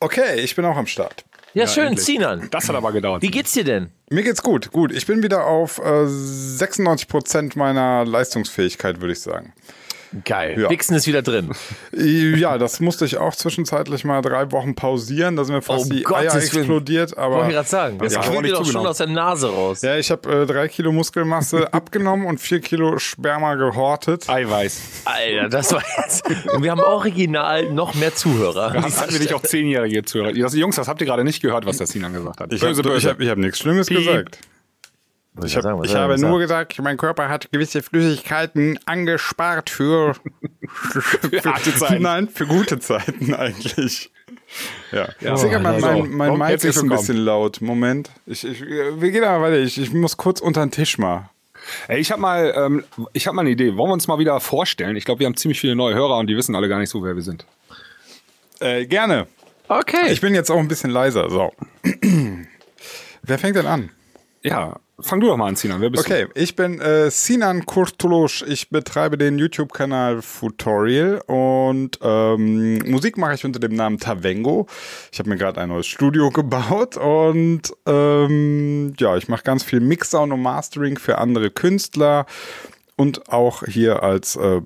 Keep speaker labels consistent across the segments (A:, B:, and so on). A: Okay, ich bin auch am Start.
B: Ja, schön, Sinan.
C: Das hat aber gedauert.
B: Wie geht's dir denn?
A: Mir geht's gut, gut. Ich bin wieder auf äh, 96% meiner Leistungsfähigkeit, würde ich sagen.
B: Geil.
A: Ja.
B: Wichsen ist wieder drin.
A: Ja, das musste ich auch zwischenzeitlich mal drei Wochen pausieren. Da sind mir fast
B: Oh,
A: die
B: Gottes
A: Eier
B: Willen.
A: explodiert.
B: Wollte
A: Aber
B: ich gerade sagen. Das
C: Ja, aber auch
B: quillt dir
C: nicht
B: doch schon
C: zugenommen.
B: aus der Nase raus.
A: genau. ja, ich habe äh, drei Kilo Muskelmasse abgenommen und vier Kilo Sperma gehortet.
C: Eiweiß.
B: Alter, das war jetzt. Und wir haben original noch mehr Zuhörer.
C: Hast, hatten wir nicht auch zehnjährige Zuhörer? Das, Jungs, das habt ihr gerade nicht gehört, was der Sinan gesagt hat.
A: Ich habe ich hab, ich hab nichts Schlimmes
C: Piep.
A: gesagt.
B: Wollte
A: Ich,
B: gerade
A: hab,
B: sagen, was
A: ich
B: soll
A: habe
B: denn
A: nur
B: sagen?
A: gesagt, mein Körper hat gewisse Flüssigkeiten angespart für, für
C: harte Zeiten.
A: Nein, für gute Zeiten eigentlich. Ja.
C: Ja.
A: Digga, mein,
C: Also,
A: mein, mein
C: komm,
A: Mic
C: herzlich
A: ist ein
C: willkommen.
A: bisschen laut. Moment. Ich, ich, wir gehen aber weiter. Ich, ich muss kurz unter den Tisch mal.
C: Ey, ich habe mal, ähm, ich hab mal eine Idee. Wollen wir uns mal wieder vorstellen? Ich glaube, wir haben ziemlich viele neue Hörer und die wissen alle gar nicht so, wer wir sind.
A: Äh, gerne.
B: Okay.
A: Ich bin jetzt auch ein bisschen leiser. So. Wer fängt denn an?
C: Ja, fang du doch mal an, Sinan. Wer bist
A: Okay, ich bin äh, Sinan Kurtulusch. Ich betreibe den YouTube-Kanal Futorial und ähm, Musik mache ich unter dem Namen Tavengo. Ich habe mir gerade ein neues Studio gebaut und ähm, ja, ich mache ganz viel Mixdown und Mastering für andere Künstler. Und auch hier als äh,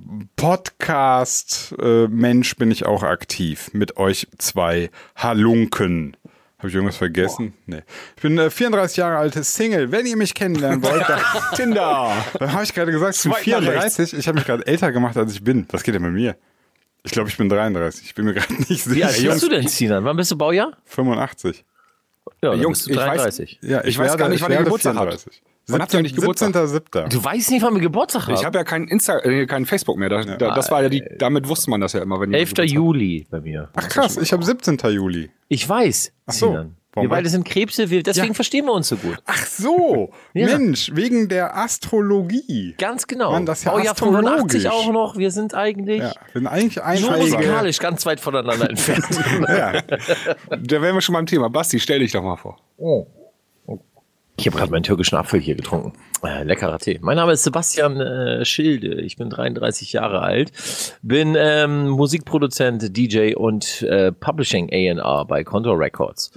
A: Podcast-Mensch bin ich auch aktiv mit euch zwei Halunken. Habe ich irgendwas vergessen? Nee. Ich bin äh, 34 Jahre alte Single. Wenn ihr mich kennenlernen wollt, dann
C: du? Tinder.
A: dann habe ich gerade gesagt, ich bin
C: Swipe nach
A: 34. Ich habe mich gerade älter gemacht, als ich bin. Was geht denn mit mir? Ich glaube, ich bin 33. Ich bin mir gerade nicht sicher.
B: Wie alt
A: Jungs,
B: bist du denn, Sinan? Wann bist du Baujahr?
A: 85.
B: Ja, dann
C: Jungs,
B: bist
C: ich
B: du
C: weiß-
B: 33.
A: Ja,
C: Ich weiß gar nicht, wann ihr Geburtstag habt. Wann habt ihr eigentlich Geburtstag?
A: 17.07.
B: Du weißt nicht, wann wir Geburtstag haben.
C: Ich habe ja kein Insta, äh, kein Facebook mehr. Da, da, das war ja die, damit wusste man das ja immer, wenn
B: 11.
C: jemand-
B: Juli bei mir.
A: Ach krass, ich habe 17. Juli.
B: Ich weiß,
A: so.
B: Sinan. Wir
A: Warum
B: beide
A: weiß-
B: sind Krebse, wir, deswegen verstehen wir uns so gut.
A: Ach so,
B: Ja.
A: Mensch, wegen der Astrologie.
B: Ganz genau.
A: Mann, das ist ja
B: Baujahr
A: astrologisch.
B: 85 auch noch. Wir sind eigentlich
A: Ja, bin eigentlich ein
B: nur
A: Heiliger.
B: musikalisch ganz weit voneinander entfernt.
A: Ja.
C: Da wären wir schon beim Thema. Basti, stell dich doch mal vor.
B: Oh. Ich habe gerade meinen türkischen Apfel hier getrunken. Äh, leckerer Tee. Mein Name ist Sebastian äh, Schilde. Ich bin 33 Jahre alt, bin ähm, Musikproduzent, DJ und äh, Publishing A&R bei Contour Records.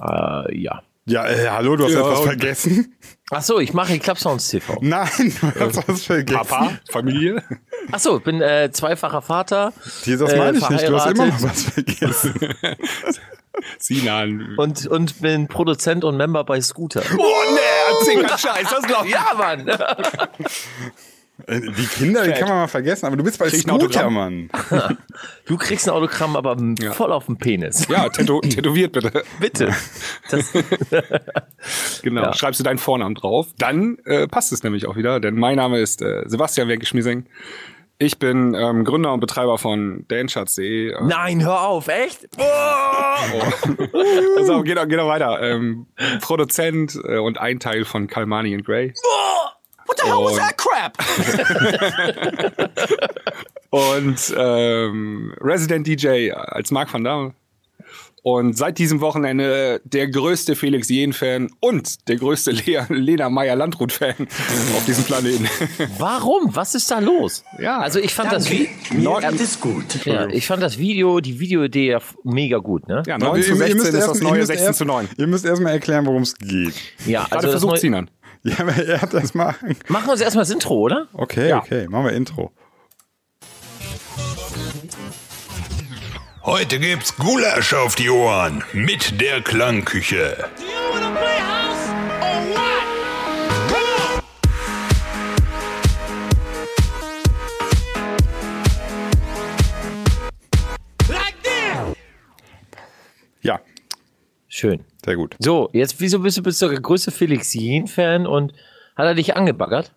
B: Äh, ja.
A: Ja, äh, hallo, du hast
C: Ja,
A: etwas
C: und-
A: vergessen?
B: Ach so, ich mache Club Sounds TV.
A: Nein, du hast was vergessen.
C: Also, Papa, Familie.
B: Ach so, ich bin äh, zweifacher Vater.
A: Jesus,
B: äh,
A: meine ich nicht, du hast immer noch
B: verheiratet
A: was vergessen.
C: Sinan.
B: Und, und bin Produzent und Member bei Scooter.
C: Oh, nee, erzähl keinen Scheiß. Das glaub ich.
B: Ja, Mann.
A: Äh, Die Kinder, die kann man mal vergessen, aber du bist bei
C: Krieg ich ein Autogramm?
A: Scooter, Mann.
B: Du kriegst ein Autogramm, aber m-
C: Ja.
B: voll auf den Penis.
C: Ja, tätow tätowiert bitte.
B: Bitte. Das,
C: Genau.
B: Ja.
C: Schreibst du deinen Vornamen drauf, dann äh, passt es nämlich auch wieder, denn mein Name ist äh, Sebastian Wenke-Schmiesing. Ich bin ähm, Gründer und Betreiber von Danschatz.de. Äh,
B: nein, hör auf, echt?
C: also, geht, doch- geht doch weiter. Ähm, Produzent äh, und ein Teil von Kalmani and Grey.
B: What the hell was that crap?
C: Und ähm, Resident DJ als Marc van Damme. Und seit diesem Wochenende der größte Felix Jähn-Fan und der größte Le Lena Meyer-Landrut-Fan auf diesem Planeten.
B: Warum? Was ist da los?
C: Ja.
B: Also ich fand das Vi-
C: Neu-
D: ist gut.
B: ja, ich fand das Video, die Videoidee ja f- mega gut, ne?
C: Ja, 9 zu 16 ist das
A: erst- ihr
C: neue
A: müsst
C: 16
A: erst-
C: zu 9.
A: Ihr müsst erstmal erklären, worum es geht.
B: Ja, also
C: Gerade
B: das
C: versucht
B: neue-
C: Sinan.
A: Ja, aber er hat erstmal.
B: Machen wir uns erstmal das Intro, oder?
A: Okay,
C: Ja.
A: okay, machen wir Intro.
E: Heute gibt's Gulasch auf die Ohren mit der Klangküche.
F: Do you wanna play house or what? Come on! Like this!
A: Ja,
B: Schön.
A: sehr gut.
B: So, jetzt, wieso bist du, bist du der größte Felix Jähn-Fan und hat er dich angebaggert?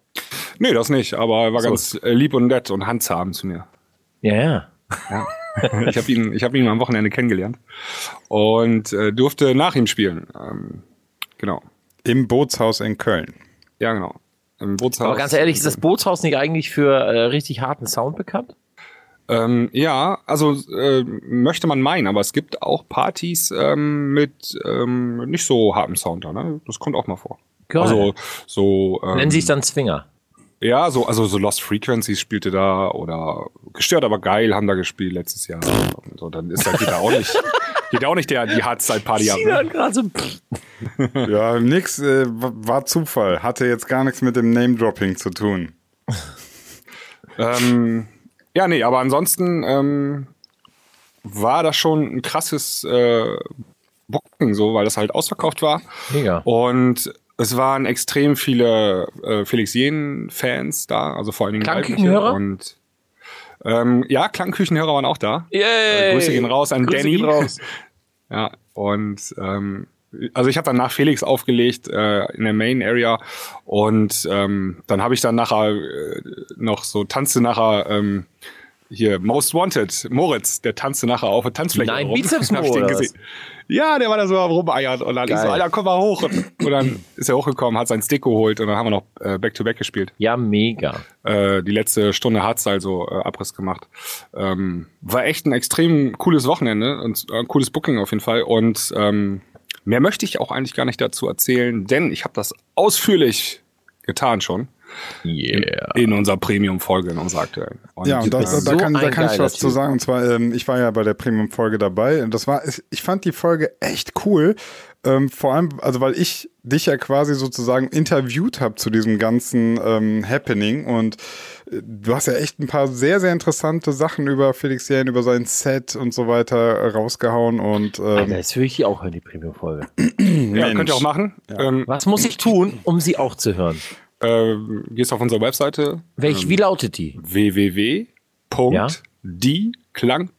C: Nee, das nicht, aber er war ganz äh, lieb und nett und handzahm zu mir.
B: Ja, ja.
C: Ich habe ihn, ich hab ihn am Wochenende kennengelernt und äh, durfte nach ihm spielen. Ähm, genau.
A: Im Bootshaus in Köln.
C: Ja, genau. Im Bootshaus.
B: Aber ganz ehrlich, ist das Bootshaus nicht eigentlich für äh, richtig harten Sound bekannt?
C: Ähm, ja, also äh, möchte man meinen, aber es gibt auch Partys ähm, mit ähm, nicht so hartem Sound da, ne? Das kommt auch mal vor.
B: Geil.
C: Also so ähm,
B: Nennen sich dann Zwinger.
C: ja, so also so Lost Frequencies spielte halt da oder gestört aber geil haben da gespielt letztes Jahr. Und so, dann ist da geht da auch nicht Geht auch nicht der, die Hardside-Party ab. Ne?
B: Sinan gerade so, pff, Hm.
A: Ja, nix, äh, wa- war Zufall. Hatte jetzt gar nichts mit dem Name-Dropping zu tun.
C: Ähm, ja, nee, aber ansonsten ähm, war das schon ein krasses äh, Booking, so, weil das halt ausverkauft war.
B: Mega.
C: Und es waren extrem viele äh, Felix Jen-Fans da, also vor allen Dingen
B: Klangküchenhörer?
C: weibliche Und ähm, ja, Klangküchenhörer waren auch da.
B: Yay!
C: Äh, Grüße gehen raus an
B: Grüße
C: Danny.
B: gehen raus.
C: Ja, und ähm, also ich habe dann nach Felix aufgelegt äh, in der Main Area und ähm, dann habe ich dann nachher äh, noch so tanzte nachher ähm, hier Most Wanted Moritz, der tanzte nachher auf der Tanzfläche
B: Nein,
C: rum.
B: Bizeps-Mo
C: Hab ich den
B: oder
C: gesehen. Ja, der war da so am rumeiern und dann ich so,
B: Geil.
C: Alter, komm mal hoch und dann ist er hochgekommen, hat seinen Stick geholt und dann haben wir noch äh, Back to Back gespielt
B: Ja, mega.
C: äh, die letzte Stunde Hardstyle so äh, Abriss gemacht. Ähm, war echt ein extrem cooles Wochenende und äh, ein cooles Booking auf jeden Fall. Und ähm, mehr möchte ich auch eigentlich gar nicht dazu erzählen, denn ich habe das ausführlich getan schon
B: Yeah.
C: in unserer Premium-Folge, in unserer aktuellen. Und,
A: Ja, und das,
C: ähm,
A: da,
B: so
A: kann, da
B: ein
A: kann ich
B: geiler
A: was zu
B: Typ.
A: sagen. Und zwar, ähm, ich war ja bei der Premium-Folge dabei und das war, ich fand die Folge echt cool. Ähm, vor allem, also weil ich dich ja quasi sozusagen interviewt habe zu diesem ganzen ähm, Happening und äh, du hast ja echt ein paar sehr, sehr interessante Sachen über Felix Jähn, über sein Set und so weiter äh, rausgehauen und
B: Alter,
A: ähm,
B: jetzt will ich die auch hören, die Premium-Folge.
C: ja, könnt ihr auch machen. Ähm,
B: Was muss ich tun, um sie auch zu hören?
C: ähm, gehst auf unsere Webseite
B: Welch, wie lautet die?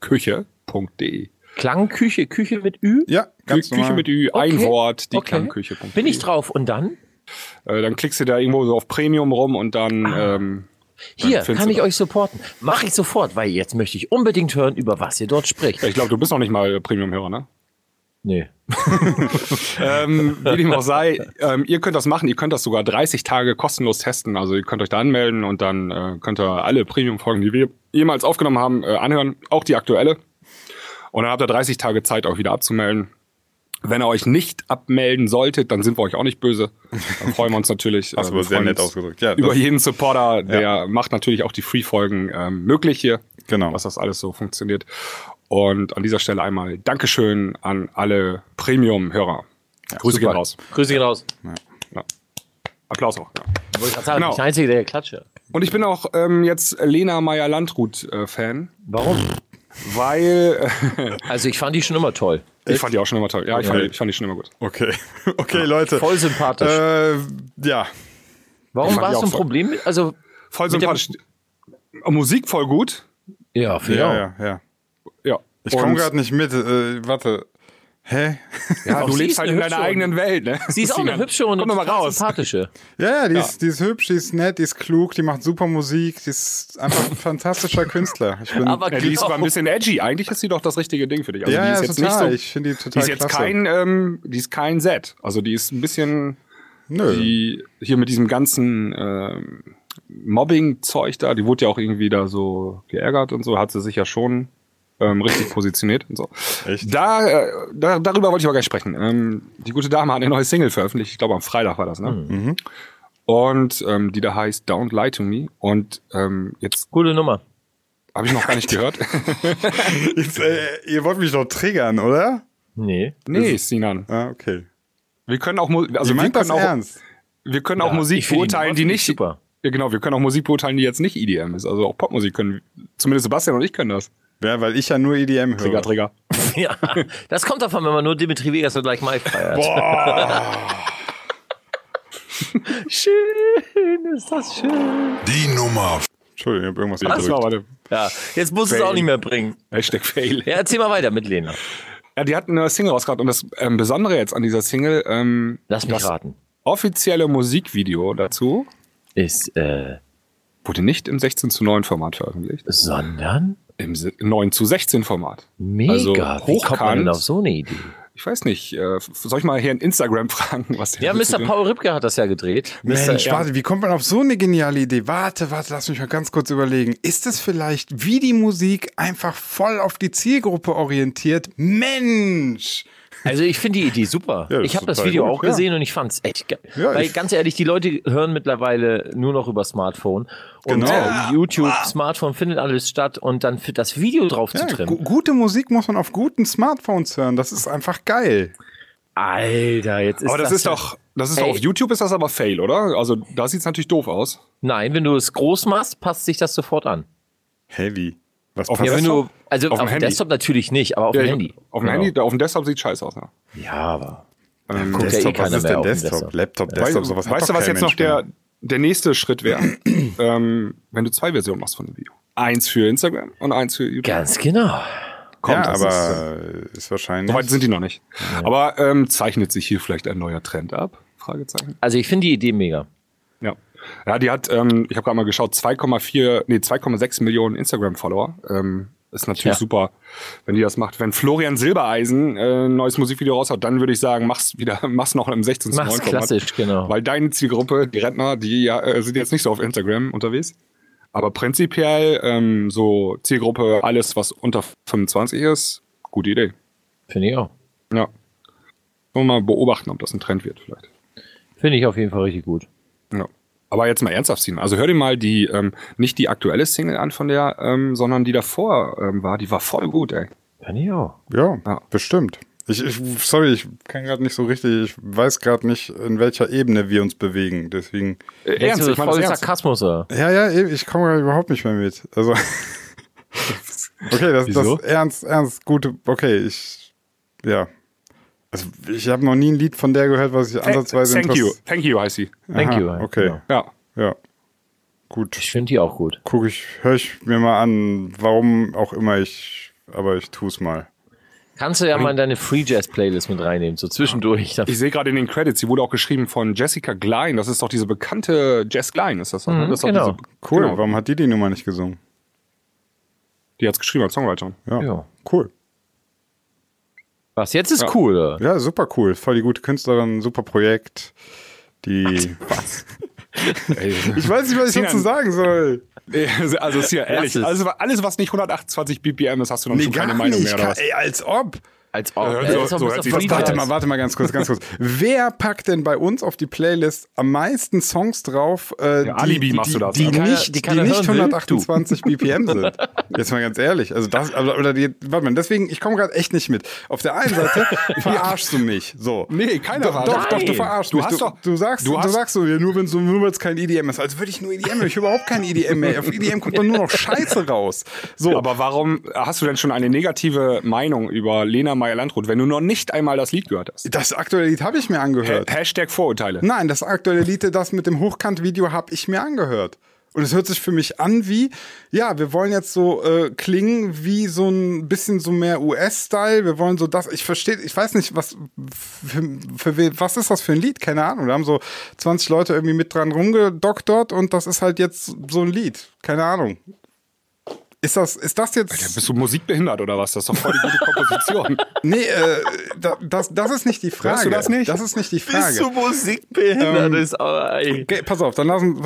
C: www.dieklangküche.de
B: Klangküche, Küche mit Ü?
A: ja, ganz
C: Küche
A: normal.
C: mit Ü, ein
B: Okay.
C: Wort, die
B: Okay.
C: Klangküche.
B: Bin ich drauf und dann?
C: Äh, dann klickst du da irgendwo so auf Premium rum und dann.
B: Ah.
C: Ähm,
B: Hier,
C: Dann findest
B: kann
C: du
B: ich
C: das.
B: euch supporten. Mache ich sofort, weil jetzt möchte ich unbedingt hören, über was ihr dort spricht.
C: ich glaube, du bist noch nicht mal Premium-Hörer, ne?
B: Nee.
C: Ähm, wie dem auch sei, ähm, ihr könnt das machen. Ihr könnt das sogar 30 Tage kostenlos testen. Also ihr könnt euch da anmelden und dann äh, könnt ihr alle Premium-Folgen, die wir jemals aufgenommen haben, äh, anhören. Auch die aktuelle. Und dann habt ihr 30 Tage Zeit, euch wieder abzumelden. Wenn ihr euch nicht abmelden solltet, dann sind wir euch auch nicht böse. Dann freuen wir uns natürlich.
A: Hast du
C: äh, wir
A: aber sehr
C: freuen
A: nett
C: uns
A: ausgedrückt. Ja,
C: über
A: das-
C: jeden Supporter, der macht natürlich auch die Free-Folgen ähm, möglich hier.
A: Genau.
C: Dass das alles so funktioniert. Und an dieser Stelle einmal Dankeschön an alle Premium-Hörer. Grüße gehen raus.
B: Grüße gehen raus.
C: Applaus auch. Ja.
B: Wollte ich gerade sagen,
C: Genau.
B: ich bin der Einzige, der klatsche.
C: Und ich bin auch ähm, jetzt Lena Meyer-Landrut-Fan,
B: Warum?
C: weil
B: Also ich fand die schon immer toll.
C: ich fand die auch schon immer toll. Ja, ich, Fand, die- ich fand die schon immer gut.
A: Okay, okay, Leute.
B: Voll sympathisch.
A: Äh, ja,
B: Warum
C: fand die
B: war es
C: auch
B: ein
C: voll-
B: Problem? mit- Also,
C: Voll
B: Mit der-
C: sympathisch. Oh, Musik voll gut.
B: ja, für
A: ja, ja, ja.
C: Ja.
A: Ich komme
C: Und-
A: gerade nicht mit. Äh, warte. Hä?
C: Ja, du
B: sie
C: lebst
B: ist
C: halt
B: eine
C: in deiner
B: hübsche
C: eigenen Welt, ne?
B: Sie ist auch eine hübsche und
C: Komm doch mal
B: total
C: raus.
B: sympathische.
A: Ja, ja, die, Ist, die ist hübsch, die ist nett, die ist klug, die macht super Musik, die ist einfach ein fantastischer Künstler. Ich bin,
B: Aber
C: Ja, Äh, die ist
B: genau.
C: aber ein bisschen edgy. Eigentlich ist sie doch das richtige Ding für dich. Also
A: ja,
C: die ist
A: ja,
C: jetzt
A: total.
C: nicht so.
A: ich finde die
C: Die
A: total
C: ist jetzt
A: klasse.
C: kein, ähm, die ist kein Set. Also die ist ein bisschen
A: Nö.
C: die hier mit diesem ganzen ähm, Mobbing-Zeug da, die wurde ja auch irgendwie da so geärgert und so, hat sie sich ja schon ähm, richtig positioniert und so.
A: Echt?
C: Da, äh, da, darüber wollte ich aber gleich sprechen. Ähm, die gute Dame hat eine neue Single veröffentlicht, ich glaube am Freitag war das, ne?
A: Mhm.
C: Und ähm, die da heißt Don't Lie to Me. Und ähm, jetzt
B: Coole Nummer.
C: habe ich noch gar nicht gehört.
A: Jetzt, äh, ihr wollt mich doch triggern, oder?
B: Nee.
C: nee, Sinan.
A: Ah, okay.
C: Wir können auch, Mu- also
A: Ihr
C: wir
A: meint das
C: können auch,
A: ernst?
C: wir können auch
B: Ja,
C: Musik
B: ich find die
C: beurteilen,
B: Nummer
C: die
B: finde
C: nicht.
B: ich super.
C: Ja, genau, wir können auch Musik beurteilen, die jetzt nicht EDM ist. Also auch Popmusik können. Zumindest Sebastian und ich können das.
A: Ja, weil ich ja nur EDM höre.
C: Trigger, Trigger.
B: Ja, das kommt davon, wenn man nur Dimitri Vegas und gleich Mai feiert. Boah. schön, ist das schön.
E: Die Nummer
A: Entschuldigung, ich habe irgendwas
C: Das war
A: gedrückt.
C: aber der
B: Ja, jetzt musst du es auch nicht mehr bringen.
C: Hashtag Fail.
B: Ja, erzähl mal weiter mit Lena.
C: Ja, die hat eine Single rausgebracht und das ähm, Besondere jetzt an dieser Single, ähm,
B: Lass mich
C: das
B: raten.
C: offizielle Musikvideo dazu
B: Ist, äh,
C: wurde nicht im 16 zu 9 Format veröffentlicht,
B: sondern
C: im se- 9 zu 16 Format.
B: mega.
C: Also
B: Wie kommt man denn auf
C: hochkant.
B: so eine Idee?
C: Ich weiß nicht, äh, f- soll ich mal hier in Instagram fragen, was der
B: Ja,
C: damit zu
B: Mr.
C: tun-
B: Paul Ripke hat das ja gedreht. Mr.
A: Mensch, warte, wie kommt man auf so eine geniale Idee? Warte, warte, lass mich mal ganz kurz überlegen. Ist es vielleicht wie die Musik einfach voll auf die Zielgruppe orientiert? Mensch!
B: Also ich finde die Idee super.
A: Ja, das
B: ich habe
A: ist
B: das
A: total
B: Video
A: gut,
B: auch
A: ja.
B: gesehen und ich fand's echt geil.
A: Ja,
B: Weil
A: ich-
B: ganz ehrlich, die Leute hören mittlerweile nur noch über Smartphone und
A: Genau.
B: äh, YouTube, Smartphone findet alles statt und dann für das Video drauf zu
A: Ja, gu
B: trimmen.
A: gute Musik muss man auf guten Smartphones hören. Das ist einfach geil.
B: Alter, jetzt ist
C: Aber das, ist
B: ja-
C: doch, das ist
B: Ey.
C: doch auf YouTube ist das aber Fail, oder? Also da sieht's natürlich doof aus.
B: Nein, wenn du es groß machst, passt sich das sofort an.
A: Heavy. Was
C: Auf
A: passt
B: Ja, wenn
C: Desktop?
B: du also
C: Auf
B: auf,
C: dem
B: dem
C: Handy.
B: Desktop natürlich nicht, aber auf dem Handy.
C: Auf dem
B: Genau.
C: Handy, auf dem Desktop sieht scheiße aus. Ja.
B: Ja, aber
A: ähm,
B: guckt ja eh
A: Desktop, was
B: keiner
A: ist
B: mehr
A: denn
B: auf den
A: Desktop?
B: Desktop.
A: Laptop,
B: Ja.
A: Desktop, sowas hat
C: weißt du,
A: doch
C: was
A: kein
C: jetzt noch
A: Mensch mehr.
C: der, der nächste Schritt wäre? ähm, wenn du zwei Versionen machst von dem Video. Eins für Instagram und eins für YouTube.
B: ganz genau.
C: Kommt,
A: ja,
C: das ist-
A: aber ist, wahrscheinlich.
C: Soweit sind die noch nicht. Aber ähm, zeichnet sich hier vielleicht ein neuer Trend ab? Fragezeichen.
B: Also ich finde die Idee mega.
C: Ja. Ja, die hat, ähm, ich habe gerade mal geschaut, 2,4, nee, 2,6 Millionen Instagram-Follower. Ähm, ist
B: Ja.
C: natürlich super, wenn die das macht. Wenn Florian Silbereisen äh, ein neues Musikvideo raushaut, dann würde ich sagen, mach's wieder, mach's noch im 16 zu
B: Mach's
C: 9
B: klassisch, genau.
C: Weil deine Zielgruppe, die Rentner, die ja, äh, sind jetzt nicht so auf Instagram unterwegs. Aber prinzipiell ähm, so Zielgruppe, alles, was unter 25 ist, gute Idee.
B: Finde ich auch.
C: Ja. Nur mal beobachten, ob das ein Trend wird vielleicht.
B: Finde ich auf jeden Fall richtig gut.
C: Ja. Aber jetzt mal ernsthaft ziehen. Also hör dir mal die, ähm, nicht die aktuelle Single an von der, ähm, sondern die davor ähm, war. Die war voll gut, ey.
B: Finde ich auch.
A: Ja,
C: Ja.
A: bestimmt. Ich, ich, sorry, ich kann gerade nicht so richtig, ich weiß gerade nicht, in welcher Ebene wir uns bewegen. Deswegen.
C: Äh,
B: Denkst
C: ernst,
B: du,
C: ich
B: das
C: meine
B: voll
C: das ernst.
B: Sarkasmus, oder?
A: Ja, ja, eben, ich komme gerade überhaupt nicht mehr mit. Also. okay, das,
C: Wieso?
A: das ernst, ernst, gute, okay, ich. Ja. Also ich habe noch nie ein Lied von der gehört, was ich ansatzweise
C: Thank you,
A: interess-
C: thank you heißt sie.
B: Thank you.
A: Aha, okay.
B: Genau.
C: Ja.
A: Ja. Gut.
B: Ich finde die auch gut.
A: Guck ich, höre ich mir mal an, warum auch immer ich, aber ich tue es mal.
B: Kannst du ja mal in deine Free Jazz Playlist mit reinnehmen, so zwischendurch.
C: Ich sehe gerade in den Credits, sie wurde auch geschrieben von Jessica Glein. Das ist doch diese bekannte Jess Glein, ist das doch, ne?
B: Mhm,
C: das ist doch
B: genau.
C: diese,
A: Cool,
C: genau.
A: warum hat die die Nummer nicht gesungen?
C: Die hat's geschrieben als Songwriterin.
A: Ja.
B: Ja.
A: Cool.
B: Was jetzt ist cool, oder?
A: Ja, super cool. Voll die gute Künstlerin, super Projekt. Die. ich weiß nicht, was ich dazu sagen soll.
C: Also ist ja ehrlich,
B: es.
C: also alles, was nicht 128 BPM ist, hast du noch schon keine Meinung mehr, oder was?
A: Ey, als ob.
B: Als auch.
C: Ja,
B: Äh,
C: so-
B: ist auch
C: so
B: ein bisschen
C: hört sich das-
B: Free
A: Warte
B: Jazz.
A: mal, warte mal ganz kurz, ganz kurz. Wer packt denn bei uns auf die Playlist am meisten Songs drauf, äh, die,
C: Alibi
A: die,
C: machst du das,
A: die,
C: ne?
A: die
B: Die keiner-
A: nicht,
B: die
A: die
B: keiner
A: nicht
B: hören will,
A: 128 BPM sind? Jetzt mal ganz ehrlich. Also das, aber- oder die, warte mal, deswegen, ich komme gerade echt nicht mit. Auf der einen Seite verarschst du mich. So.
C: Nee, keiner
A: doch, doch,
C: verarscht.
A: doch, du
B: Nein.
A: verarschst
C: Du
A: mich.
C: hast doch-
A: du sagst,
C: du
A: du,
C: hast-
A: sagst so, ja, nur wenn es nur weil's kein EDM ist. Als würde ich nur EDM, hören. ich höre überhaupt kein EDM mehr. Auf EDM kommt doch nur noch Scheiße raus. So,
C: Aber warum hast du denn schon eine negative Meinung über Lena Meyer-Landrut, wenn du noch nicht einmal das Lied gehört hast?
A: das aktuelle Lied habe ich mir
C: Ha
A: angehört.
C: Hashtag Vorurteile.
A: Nein, das aktuelle Lied, das mit dem Hochkant-Video, habe ich mir angehört. Und es hört sich für mich an wie, ja, wir wollen jetzt so äh, klingen wie so ein bisschen so mehr US-Style. Wir wollen so das, ich verstehe, ich weiß nicht, was für, für we- was ist das für ein Lied? Keine Ahnung. Da haben so 20 Leute irgendwie mit dran rumgedoktert und das ist halt jetzt so ein Lied. Keine Ahnung. Ist das, ist das jetzt.
C: Bist du musikbehindert oder was? Das ist doch voll die gute Komposition.
A: Nee, äh, da, das, das ist nicht die Frage.
C: Hörst du das nicht?
A: Das ist nicht die Frage.
C: Ähm,
B: Musikbehindert ist aber, ey.
A: Okay, pass auf, dann lassen.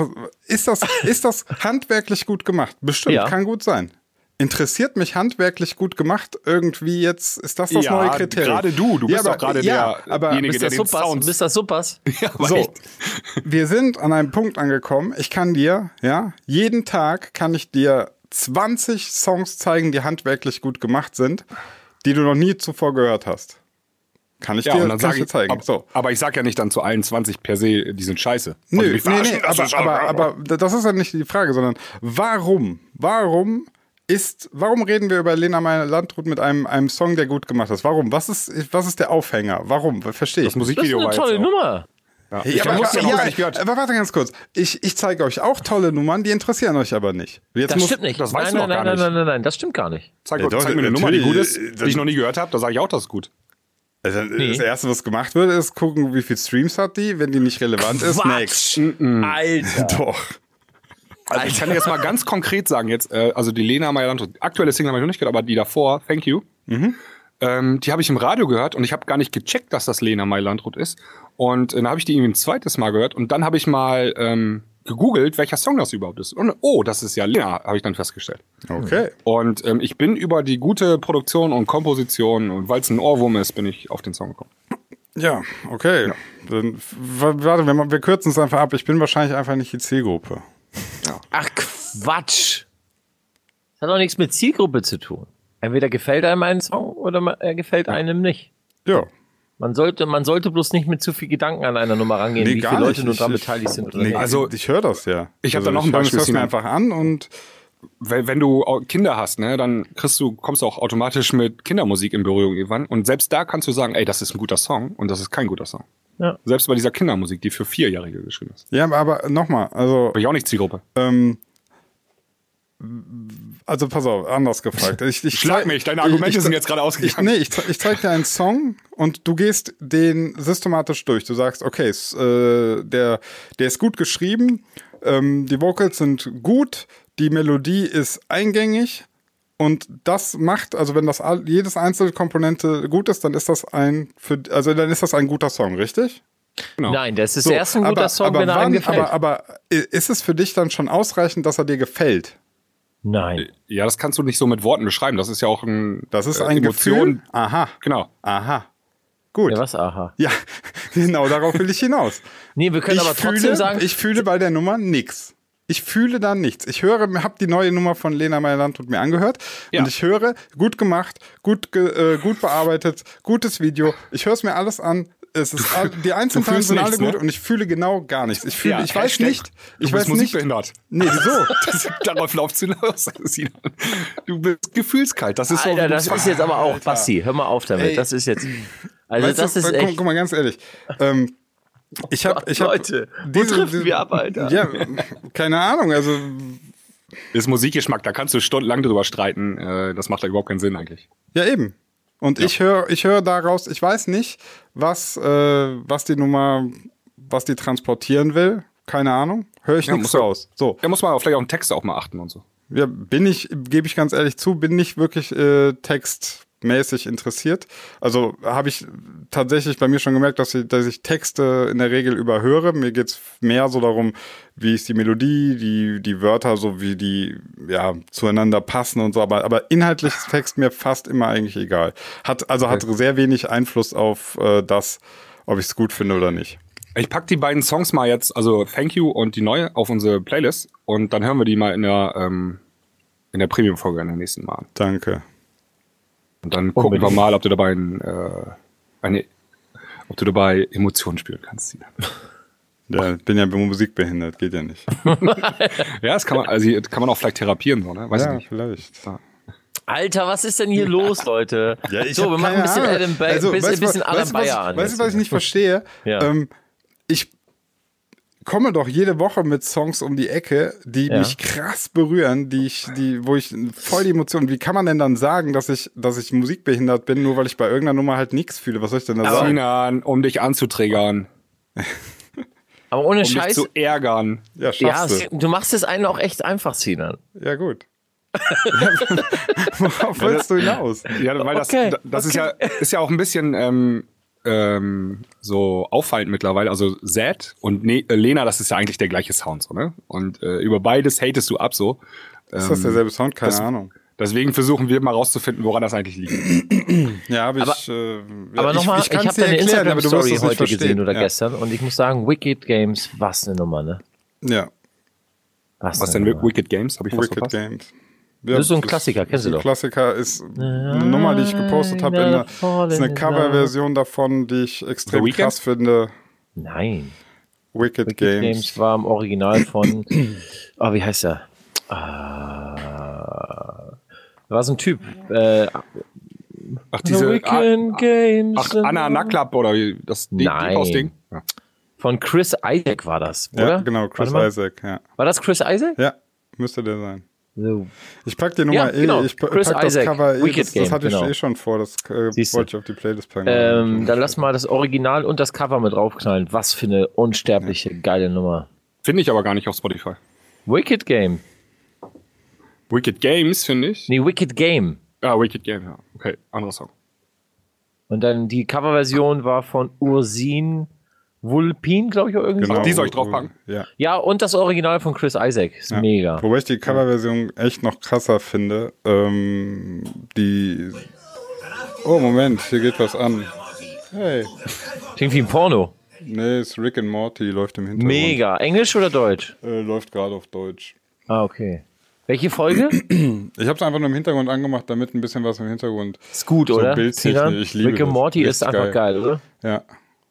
A: Ist das, ist das handwerklich gut gemacht? Bestimmt,
B: Ja.
A: kann gut sein. Interessiert mich handwerklich gut gemacht irgendwie jetzt? Ist das das
C: Ja,
A: neue Kriterium?
C: gerade du, du bist
A: aber-
C: doch gerade
A: ja,
C: der-
A: aber
C: derjenige,
B: Mr.
C: der den
B: Suppas,
C: Sound-
B: Mr. Suppas.
A: so, wir sind an einem Punkt angekommen. Ich kann dir, ja, jeden Tag kann ich dir 20 Songs zeigen, die handwerklich gut gemacht sind, die du noch nie zuvor gehört hast. Kann ich
C: Ja,
A: dir, kann
C: und dann
A: ich
C: sage
A: dir
C: ich,
A: zeigen.
C: ab,
A: so.
C: aber ich sage ja nicht dann zu allen 20 per se, äh, die sind scheiße. Wollt ihr
A: Nö,
C: mich
A: nee,
C: verarschen?
A: nee,
C: Das
A: aber,
C: ist schon-
A: aber, aber das ist ja nicht die Frage, sondern warum, warum ist, warum reden wir über Lena Meyer Landrut mit einem, einem Song, der gut gemacht ist? Warum? Was ist, was ist der Aufhänger? Warum? Verstehe ich.
B: Das
C: das
B: ist
C: Musikvideo
B: eine
C: war jetzt
B: tolle
C: auch-
B: Nummer.
C: Ja.
A: Ja,
C: Ich
A: aber,
C: muss ja noch
A: ja,
C: gar nicht gehört.
A: aber warte ganz kurz. Ich, ich zeige euch auch tolle Nummern, die interessieren euch aber nicht. Jetzt
B: Das
A: muss-
B: stimmt nicht.
C: das
B: nein,
C: weißt du
B: nein,
C: doch
B: nein,
C: gar
B: nein,
C: nicht.
B: nein, nein, nein, das stimmt gar nicht.
C: Zeig,
A: Ja, doch,
C: zeig mir eine Nummer, die gut ist,
A: natürlich, äh,
C: die ich noch nie gehört habe. Da sage ich auch, das ist gut.
A: Also, Das erste, was gemacht wird, ist gucken, wie viel Streams hat die. Wenn die nicht relevant ist, next.
B: Alter.
A: Doch.
C: Also ich kann dir jetzt mal ganz konkret sagen, jetzt, äh, also die Lena meyer aktuelle Single habe ich noch nicht gehört, aber die davor, thank you,
A: Mhm.
C: ähm, die habe ich im Radio gehört und ich habe gar nicht gecheckt, dass das Lena meyer ist. Und äh, dann habe ich die irgendwie ein zweites Mal gehört und dann habe ich mal ähm, gegoogelt, welcher Song das überhaupt ist. Und oh, das ist ja Lena, habe ich dann festgestellt.
A: Okay.
C: Und ähm, ich bin über die gute Produktion und Komposition und weil es ein Ohrwurm ist, bin ich auf den Song gekommen.
A: Ja, okay. Dann, w- warte, wir, ma- wir kürzen es einfach ab. Ich bin wahrscheinlich einfach nicht die Zielgruppe.
B: Ach Quatsch! Das hat doch nichts mit Zielgruppe zu tun. Entweder gefällt einem ein Song oder ma- er gefällt einem nicht.
A: Ja.
B: Man sollte, man sollte bloß nicht mit zu viel Gedanken an einer Nummer rangehen,
A: Nee,
B: wie
A: gar
B: viele Leute
A: nicht.
B: nur
A: Ich-
B: daran beteiligt sind. Oder
A: Nee,
B: nicht.
A: also,
C: Also-
A: ich höre das ja.
C: Ich hab
A: also,
C: da noch ein
A: höre mir
C: Beispiel,
A: das mir
C: Simon.
A: einfach an und
C: Weil wenn du au- Kinder hast, ne, dann kriegst du, kommst du auch automatisch mit Kindermusik in Berührung irgendwann. Und selbst da kannst du sagen, ey, das ist ein guter Song und das ist kein guter Song.
B: Ja.
C: Selbst bei dieser Kindermusik, die für Vierjährige geschrieben ist.
A: ja, aber nochmal, also
C: Bin ich auch nicht Zielgruppe.
A: Also pass auf, anders gefragt. Ich, ich
C: Schlag
A: zeig-
C: mich, deine Argumente
A: ich- ich-
C: sind jetzt gerade
A: Ich,
C: ausgegangen.
A: nee, ich, ze- ich zeig dir einen Song und du gehst den systematisch durch. Du sagst, okay, s- äh, der, der ist gut geschrieben, ähm, die Vocals sind gut, die Melodie ist eingängig und das macht, also wenn das all, jedes einzelne Komponente gut ist, dann ist das ein für, also dann ist das ein guter Song, richtig?
B: Nein, das ist
A: genau. So,
B: erst ein guter
A: aber-
B: Song,
A: aber
B: wenn er einem
A: wann-
B: gefällt.
A: Aber, aber i- ist es für dich dann schon ausreichend, dass er dir gefällt? Äh,
B: Nein.
C: Ja, das kannst du nicht so mit Worten beschreiben. Das ist ja auch ein.
A: Das ist
C: äh,
A: ein
C: Emotion.
A: Gefühl. Aha.
C: Genau.
A: Aha. Gut.
B: Ja,
A: Ja,
B: was? Aha.
A: genau darauf will ich hinaus.
B: Nee, wir können
A: ich,
B: aber trotzdem
A: fühle,
B: sagen,
A: ich fühle bei der Nummer nichts. Ich fühle da nichts. Ich höre, habe die neue Nummer von Lena Meyerland und mir angehört
C: Ja.
A: und ich höre, gut gemacht, gut, ge, äh, gut bearbeitet, gutes Video. Ich höre es mir alles an. Es ist all, die einzelnen
C: Du
A: Teile
C: fühlst
A: sind alle
C: nichts, ne?
A: gut und ich fühle genau gar nichts. Ich fühle,
C: Ja,
A: ich weiß
C: Hashtag,
A: nicht,
C: du
A: ich
C: bist
A: weiß nicht.
C: musikbehindert.
A: Nee, wieso?
C: Das, darauf läuft es hinaus. Sinan. Du bist gefühlskalt. Das ist so.
B: Alter, das
C: du-
B: ist jetzt aber auch, Basti, hör mal auf damit.
A: Ey.
B: Das ist jetzt. Also,
A: Weißt
B: das
A: du,
B: ist
A: guck,
B: echt.
A: guck mal ganz ehrlich. Ähm, ich habe, ich habe
B: Leute, wo treffen wir ab, Alter?
A: Ja, keine Ahnung. Also
C: ist Musikgeschmack. Da kannst du stundenlang drüber streiten. Äh, Das macht da überhaupt keinen Sinn eigentlich.
A: ja eben. Und ich höre, ich höre daraus. Ich weiß nicht, was, äh, was die Nummer, was die transportieren will. Keine Ahnung. Höre ich nichts
C: muss er-
A: raus. So,
C: Da muss man vielleicht auch im Text auch mal achten und so.
A: ja, bin ich, gebe ich ganz ehrlich zu, bin nicht wirklich äh, textmäßig interessiert. Also habe ich tatsächlich bei mir schon gemerkt, dass ich, dass ich Texte in der Regel überhöre. Mir geht's mehr so darum, wie ist die Melodie, die, die Wörter, so wie die ja, zueinander passen und so. Aber, aber inhaltlich ist Text mir fast immer eigentlich egal. Hat, also hat sehr wenig Einfluss auf äh, das, ob ich es gut finde oder nicht.
C: Ich pack die beiden Songs mal jetzt, also Thank You und die neue, auf unsere Playlist und dann hören wir die mal in der, ähm, in der Premium-Folge in der nächsten Mal an.
A: Danke.
C: Und dann gucken wir mal, ob du dabei ein, äh, eine, ob du dabei Emotionen spüren kannst. Sinan.
A: Ja, bin ja musikbehindert, geht ja nicht.
C: Ja, das kann man, also kann man auch vielleicht therapieren, so, ne? Weiß ich
A: Ja,
C: nicht.
A: vielleicht.
B: Alter, was ist denn hier los, Leute? so,
A: hab
B: wir machen
A: keine
B: ein bisschen
A: Ahnung.
B: Adam, ba
A: Also,
B: bisschen,
A: weißt du,
B: bisschen Adam
A: weißt du, was
B: Bayer
A: ich-
B: an.
A: Weißt du, was ich nicht verstehe?
B: Ja.
A: Ähm, ich komme doch jede Woche mit Songs um die Ecke, die
B: Ja.
A: mich krass berühren, die ich, die, wo ich voll die Emotionen. Wie kann man denn dann sagen, dass ich, dass ich musikbehindert bin, nur weil ich bei irgendeiner Nummer halt nichts fühle? Was soll ich denn da sagen?
C: Sinan, um dich anzuträgern,
B: aber ohne
C: um dich
B: Scheiß.
C: zu ärgern.
A: Ja,
B: Ja,
A: schaffst
B: du machst es einen auch echt einfach, Sinan.
A: du. Ja, gut. Worauf willst du hinaus?
C: Ja, weil das,
B: Okay,
C: das ist, ja, ist ja auch ein bisschen ähm, ähm, so auffallend mittlerweile. Also Zed und ne äh, Lena, das ist ja eigentlich der gleiche Sound, so, ne? Und äh, über beides hatest du ab so.
A: Ist
B: Ähm,
A: das derselbe Sound? Keine
C: das-
A: Ahnung.
C: Deswegen versuchen wir mal rauszufinden, woran das eigentlich liegt.
A: Ja, aber,
B: Aber-
A: ich. Äh,
B: Aber
A: ich,
B: nochmal,
A: ich,
B: ich,
A: kann's
B: habe
A: dir
B: deine
A: erklären, aber du wirst
B: Instagram-Story
A: es nicht
B: heute
A: verstehen.
B: gesehen oder
A: ja.
B: gestern und ich muss sagen, Wicked Games, was eine Nummer, ne?
A: Ja.
C: Was
B: eine
C: denn
B: Nummer.
C: Wicked Games? Habe ich was
A: Wicked
C: verpasst?
A: Games. Ja,
B: Das ist so ein Klassiker, kennst du
A: ein
B: doch.
A: Klassiker ist eine Nummer, die ich gepostet habe. in der- Das ist eine Coverversion davon, die ich extrem
C: The Weeknd?
A: krass finde.
B: Nein.
A: Wicked,
B: Wicked Games.
A: Games.
B: war im Original von. Ah, wie heißt er? Ah, da war so ein Typ. Äh,
C: Ach, diese. Ah,
B: Games. genau.
C: ach, Anna Nacklapp oder wie, das die,
B: Nein.
C: Die Posting? Ja.
B: Von Chris Isaac war das, oder?
A: Ja, genau, Chris
B: Warte mal.
A: Isaac. Ja.
B: War das Chris Isaac?
A: ja, müsste der sein.
B: So.
A: Ich pack die Nummer
B: Ja, genau.
A: eh. Ich pa-
B: Chris
A: pack das
B: Isaac,
A: Cover eh.
B: Wicked
A: das, das
B: Game,
A: hatte ich
B: genau.
A: eh schon vor. Das äh,
B: Siehste.
A: wollte ich auf die Playlist packen.
B: Ähm, dann lass mal das Original und das Cover mit draufknallen. Was für eine unsterbliche, geile Nummer.
C: Finde ich aber gar nicht auf Spotify.
B: Wicked Game.
C: Wicked Games, finde ich.
B: Nee, Wicked Game.
C: Ah, Wicked Game, ja. Okay, anderer Song.
B: Und dann die Coverversion war von Ursin Vulpin, glaube ich, auch irgendwie.
A: Genau.
C: die soll ich drauf packen?
A: Ja.
B: Ja, und das Original von Chris Isaac. Ist mega.
A: Wobei ich die Coverversion echt noch krasser finde. Ähm, die. Oh, Moment, hier geht was an. Hey.
B: Klingt wie ein Porno.
A: Nee, ist Rick and Morty, läuft im Hintergrund.
B: Mega. Englisch oder Deutsch?
A: Äh, läuft gerade auf Deutsch.
B: Ah, okay. Welche Folge?
A: Ich habe es einfach nur im Hintergrund angemacht, damit ein bisschen was im Hintergrund.
B: Ist gut,
A: So
B: oder?
A: Bildtechnik,
B: Sinan?
A: ich liebe
B: ne? Rick and
A: das.
B: Morty ist
A: Richtig
B: einfach
A: geil.
B: geil, oder?
A: Ja.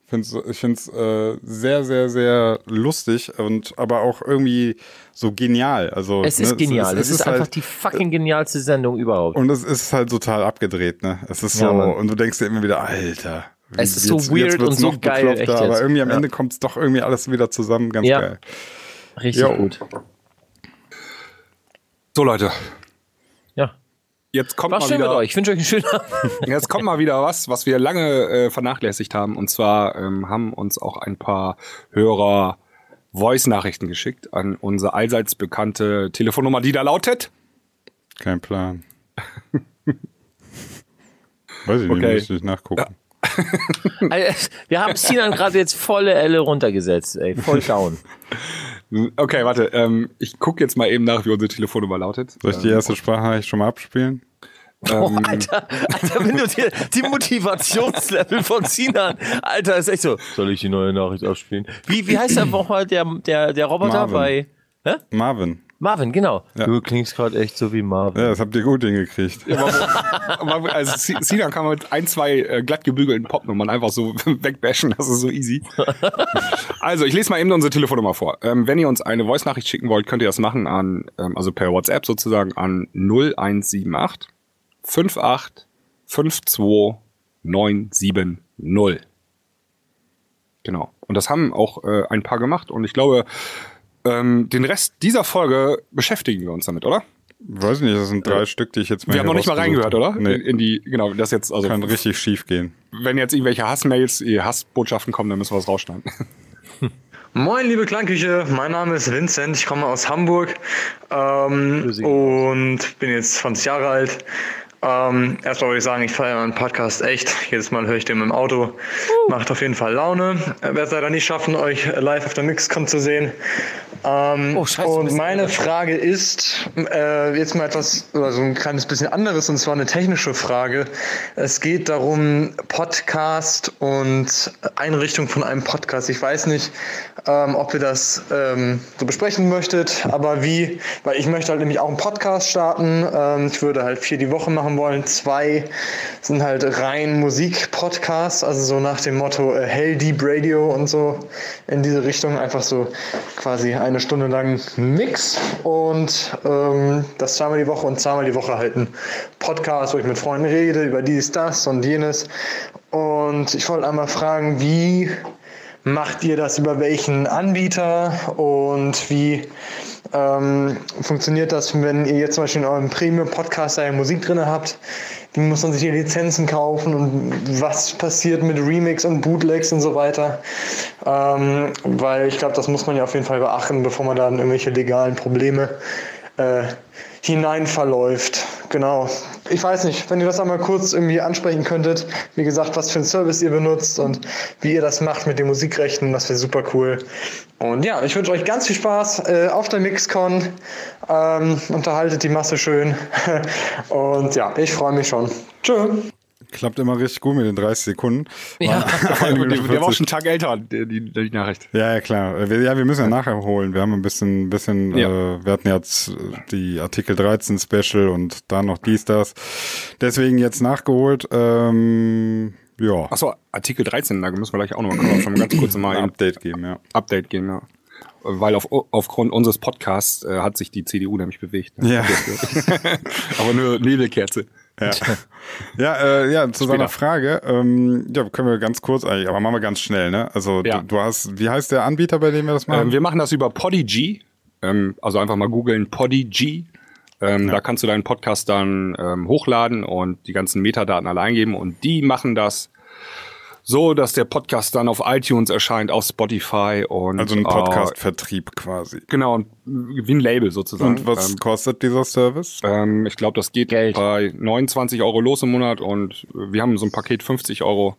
A: Find's, ich finde es äh, sehr, sehr, sehr lustig und aber auch irgendwie so genial. Also,
B: Es ist
A: ne,
B: genial. Es, ist, einfach
A: halt,
B: die fucking genialste Sendung überhaupt.
A: Und es ist halt total abgedreht, ne? Es ist so,
B: Ja, Mann.
A: und du denkst dir immer wieder, Alter. wie-
B: Es ist so weird
A: wird's
B: und so
A: noch
B: geil,
A: bekloppter,
B: echt jetzt.
A: aber irgendwie am
B: Ja.
A: Ende kommt es doch irgendwie alles wieder zusammen, ganz
B: Ja.
A: geil.
B: Richtig
A: Jo.
B: gut.
C: So, Leute.
B: Ja.
C: Jetzt kommt,
B: War
C: mal
B: schön mit
C: wieder,
B: euch. Ich wünsche euch einen schönen Abend.
C: jetzt kommt mal wieder was, was wir lange äh, vernachlässigt haben. Und zwar ähm, haben uns auch ein paar Hörer Voice-Nachrichten geschickt an unsere allseits bekannte Telefonnummer, die da lautet.
A: Kein Plan. Weiß ich nicht,
C: Okay.
A: muss ich nachgucken.
B: Also, Wir haben Sinan gerade jetzt volle Elle runtergesetzt, ey. Voll down.
C: Okay, warte. Ähm, ich gucke jetzt mal eben nach, wie unsere Telefonnummer lautet.
A: Soll ich die erste Sprachnachricht schon mal abspielen?
B: Oh, Alter, Alter, wenn du dir die Motivationslevel von Sinan, Alter, ist echt so. Soll ich die neue Nachricht abspielen? Wie, wie heißt der nochmal der, der, der Roboter
A: Marvin.
B: bei
A: Marvin.
B: Marvin, genau.
A: Ja.
B: Du klingst gerade echt so wie Marvin.
A: Ja, das habt ihr gut hingekriegt.
C: Aber, also Si- Sinan kann man mit ein, zwei äh, glatt gebügelten Popnummern einfach so wegbashen. Das ist so easy. also, ich lese mal eben unsere Telefonnummer vor. Ähm, wenn ihr uns eine Voice-Nachricht schicken wollt, könnt ihr das machen an, ähm, also per WhatsApp sozusagen an 0178 58 52 970. Genau. Und das haben auch äh, ein paar gemacht. Und ich glaube, ähm, den Rest dieser Folge beschäftigen wir uns damit, oder?
A: Weiß nicht, das sind drei Stück, die ich jetzt mal
C: Äh, Wir haben noch
A: hier
C: nicht mal
A: rausgesucht
C: reingehört, oder?
A: habe.
C: In,
A: Nee,
C: in die, genau, das jetzt, also
A: kann richtig schief gehen.
C: wenn jetzt irgendwelche Hassmails, eh, Hassbotschaften kommen, dann müssen wir es rausschneiden.
D: Moin, liebe Klangküche. Mein Name ist Vincent. Ich komme aus Hamburg ähm, und bin jetzt 20 Jahre alt. Ähm, erstmal würde ich sagen, ich feiere meinen Podcast echt. Jedes Mal höre ich den im Auto. Macht auf jeden Fall Laune. Äh, Werde es leider nicht schaffen, euch live auf der Mixcom zu sehen. Ähm,
B: Oh, scheiße, wir
D: und
B: sind
D: meine Frage ist äh, jetzt mal etwas, also ein kleines bisschen anderes, und zwar eine technische Frage. Es geht darum, Podcast und Einrichtung von einem Podcast. Ich weiß nicht, ähm, ob ihr das ähm, so besprechen möchtet, aber wie, weil ich möchte halt nämlich auch einen Podcast starten. Ähm, ich würde halt vier die Woche machen wollen. Zwei sind halt rein Musik-Podcasts, also so nach dem Motto äh, Hell Deep Radio und so in diese Richtung. Einfach so quasi eine Stunde lang Mix und ähm, das zweimal die Woche und zweimal die Woche halten. Podcast, wo ich mit Freunden rede über dies, das und jenes. Und ich wollte einmal fragen, wie macht ihr das über welchen Anbieter und wie ähm, funktioniert das, wenn ihr jetzt zum Beispiel in eurem Premium-Podcast eine Musik drin habt? Wie muss man sich die Lizenzen kaufen und was passiert mit Remix und Bootlegs und so weiter? Ähm, weil ich glaube, das muss man ja auf jeden Fall beachten, bevor man da in irgendwelche legalen Probleme äh, hinein verläuft. Genau. Ich weiß nicht, wenn ihr das einmal kurz irgendwie ansprechen könntet, wie gesagt, was für einen Service ihr benutzt und wie ihr das macht mit den Musikrechten, das wäre super cool. Und ja, ich wünsche euch ganz viel Spaß äh, auf der Mixcon. Ähm, unterhaltet die Masse schön. und ja, ich freue mich schon. Tschö.
A: Klappt immer richtig gut mit den 30 Sekunden.
B: Ja.
A: Waren-
C: Und der, der war auch schon einen Tag älter, die, die, die Nachricht.
A: Ja, ja, klar. Wir, ja, wir müssen ja nachher holen. Wir haben ein bisschen, bisschen
C: Ja.
A: äh, wir hatten jetzt äh, die Artikel 13 Special und dann noch dies, das. Deswegen jetzt nachgeholt. Ähm, ja,
C: Achso, Artikel 13, da müssen wir gleich auch nochmal kommen, schon ganz kurz mal
A: ein
C: ein
A: Update geben, ja.
C: Update geben, ja. Weil auf, aufgrund unseres Podcasts äh, hat sich die CDU nämlich bewegt. ne?
A: Ja.
C: Aber nur Nebelkerze.
A: Ja, ja, äh, ja zu seiner
C: Später.
A: Frage. Ähm, ja, können wir ganz kurz eigentlich, aber machen wir ganz schnell, ne? Also
C: Ja.
A: du, du hast, wie heißt der Anbieter, bei dem wir das machen?
C: Ähm, wir machen das über Podigy. Ähm, also einfach mal googeln Podigy. Ähm, Da kannst du deinen Podcast dann ähm, hochladen und die ganzen Metadaten alle eingeben. Und die machen das so, dass der Podcast dann auf iTunes erscheint, auf Spotify und
A: also ein
C: äh,
A: Podcast-Vertrieb quasi.
C: genau, und wie ein Label sozusagen.
A: Und was
C: Ähm,
A: kostet dieser Service?
C: ähm, ich glaube, das geht
B: Geld.
C: bei 29 Euro los im Monat und äh, wir haben so ein Paket 50 Euro.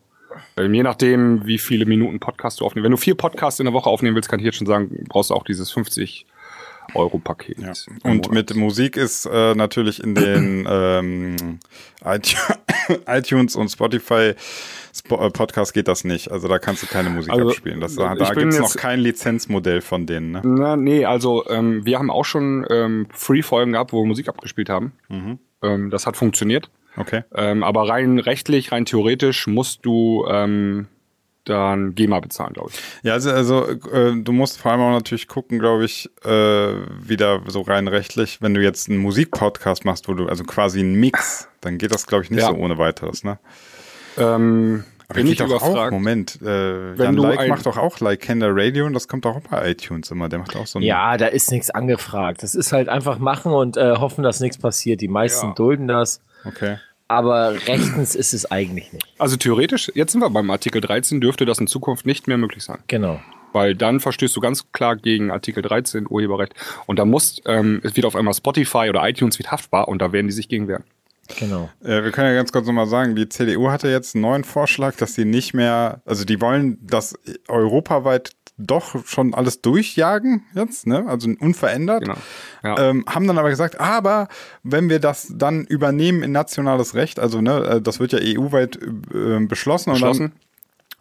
C: Ähm, je nachdem, wie viele Minuten Podcast du aufnimmst. Wenn du vier Podcasts in der Woche aufnehmen willst, kann ich jetzt schon sagen, brauchst du auch dieses 50 Euro Paket.
A: Ja. Und mit Musik ist äh, natürlich in den ähm, iTunes und Spotify Spo äh, Podcast geht das nicht. Also da kannst du keine Musik
C: Also,
A: abspielen. Das, da
C: ich
A: da
C: bin
A: gibt es noch
C: jetzt-
A: kein Lizenzmodell von denen. Ne?
C: Na, nee, also ähm, wir haben auch schon ähm, Free-Folgen gehabt, wo wir Musik abgespielt haben.
A: Mhm.
C: Ähm, das hat funktioniert.
A: Okay.
C: Ähm, aber rein rechtlich, rein theoretisch musst du ähm, dann GEMA bezahlen, glaube ich.
A: Ja, also, also äh, du musst vor allem auch natürlich gucken, glaube ich, äh, wieder so rein rechtlich, wenn du jetzt einen Musikpodcast machst, wo du also quasi einen Mix, dann geht das, glaube ich, nicht
C: Ja.
A: so ohne weiteres. Ne?
C: Ähm, bin
A: geht
C: ich
A: doch Auch,
C: überfragt.
A: Moment, äh,
C: Wenn
A: Jan
C: du
A: Like
C: ein-
A: macht doch auch Like Can Radio und das kommt auch bei iTunes immer. Der macht auch so einen
B: Ja, da ist nichts angefragt. Das ist halt einfach machen und äh, hoffen, dass nichts passiert. Die meisten dulden das,
A: Okay.
B: aber rechtens ist es eigentlich nicht.
C: also theoretisch, jetzt sind wir beim Artikel 13, dürfte das in Zukunft nicht mehr möglich sein.
B: Genau.
C: Weil dann verstößt du ganz klar gegen Artikel 13 Urheberrecht. Und da muss, ähm, es wird auf einmal Spotify oder iTunes wird haftbar und da werden die sich gegen wehren.
B: Genau.
A: Äh, wir können ja ganz kurz nochmal sagen, die CDU hatte jetzt einen neuen Vorschlag, dass sie nicht mehr, also die wollen das europaweit doch schon alles durchjagen jetzt, ne? also unverändert.
C: Genau. Ja.
A: Ähm, haben dann aber gesagt, aber wenn wir das dann übernehmen in nationales Recht, also ne, äh, das wird ja EU-weit äh, beschlossen, und dann
C: Beschlossen.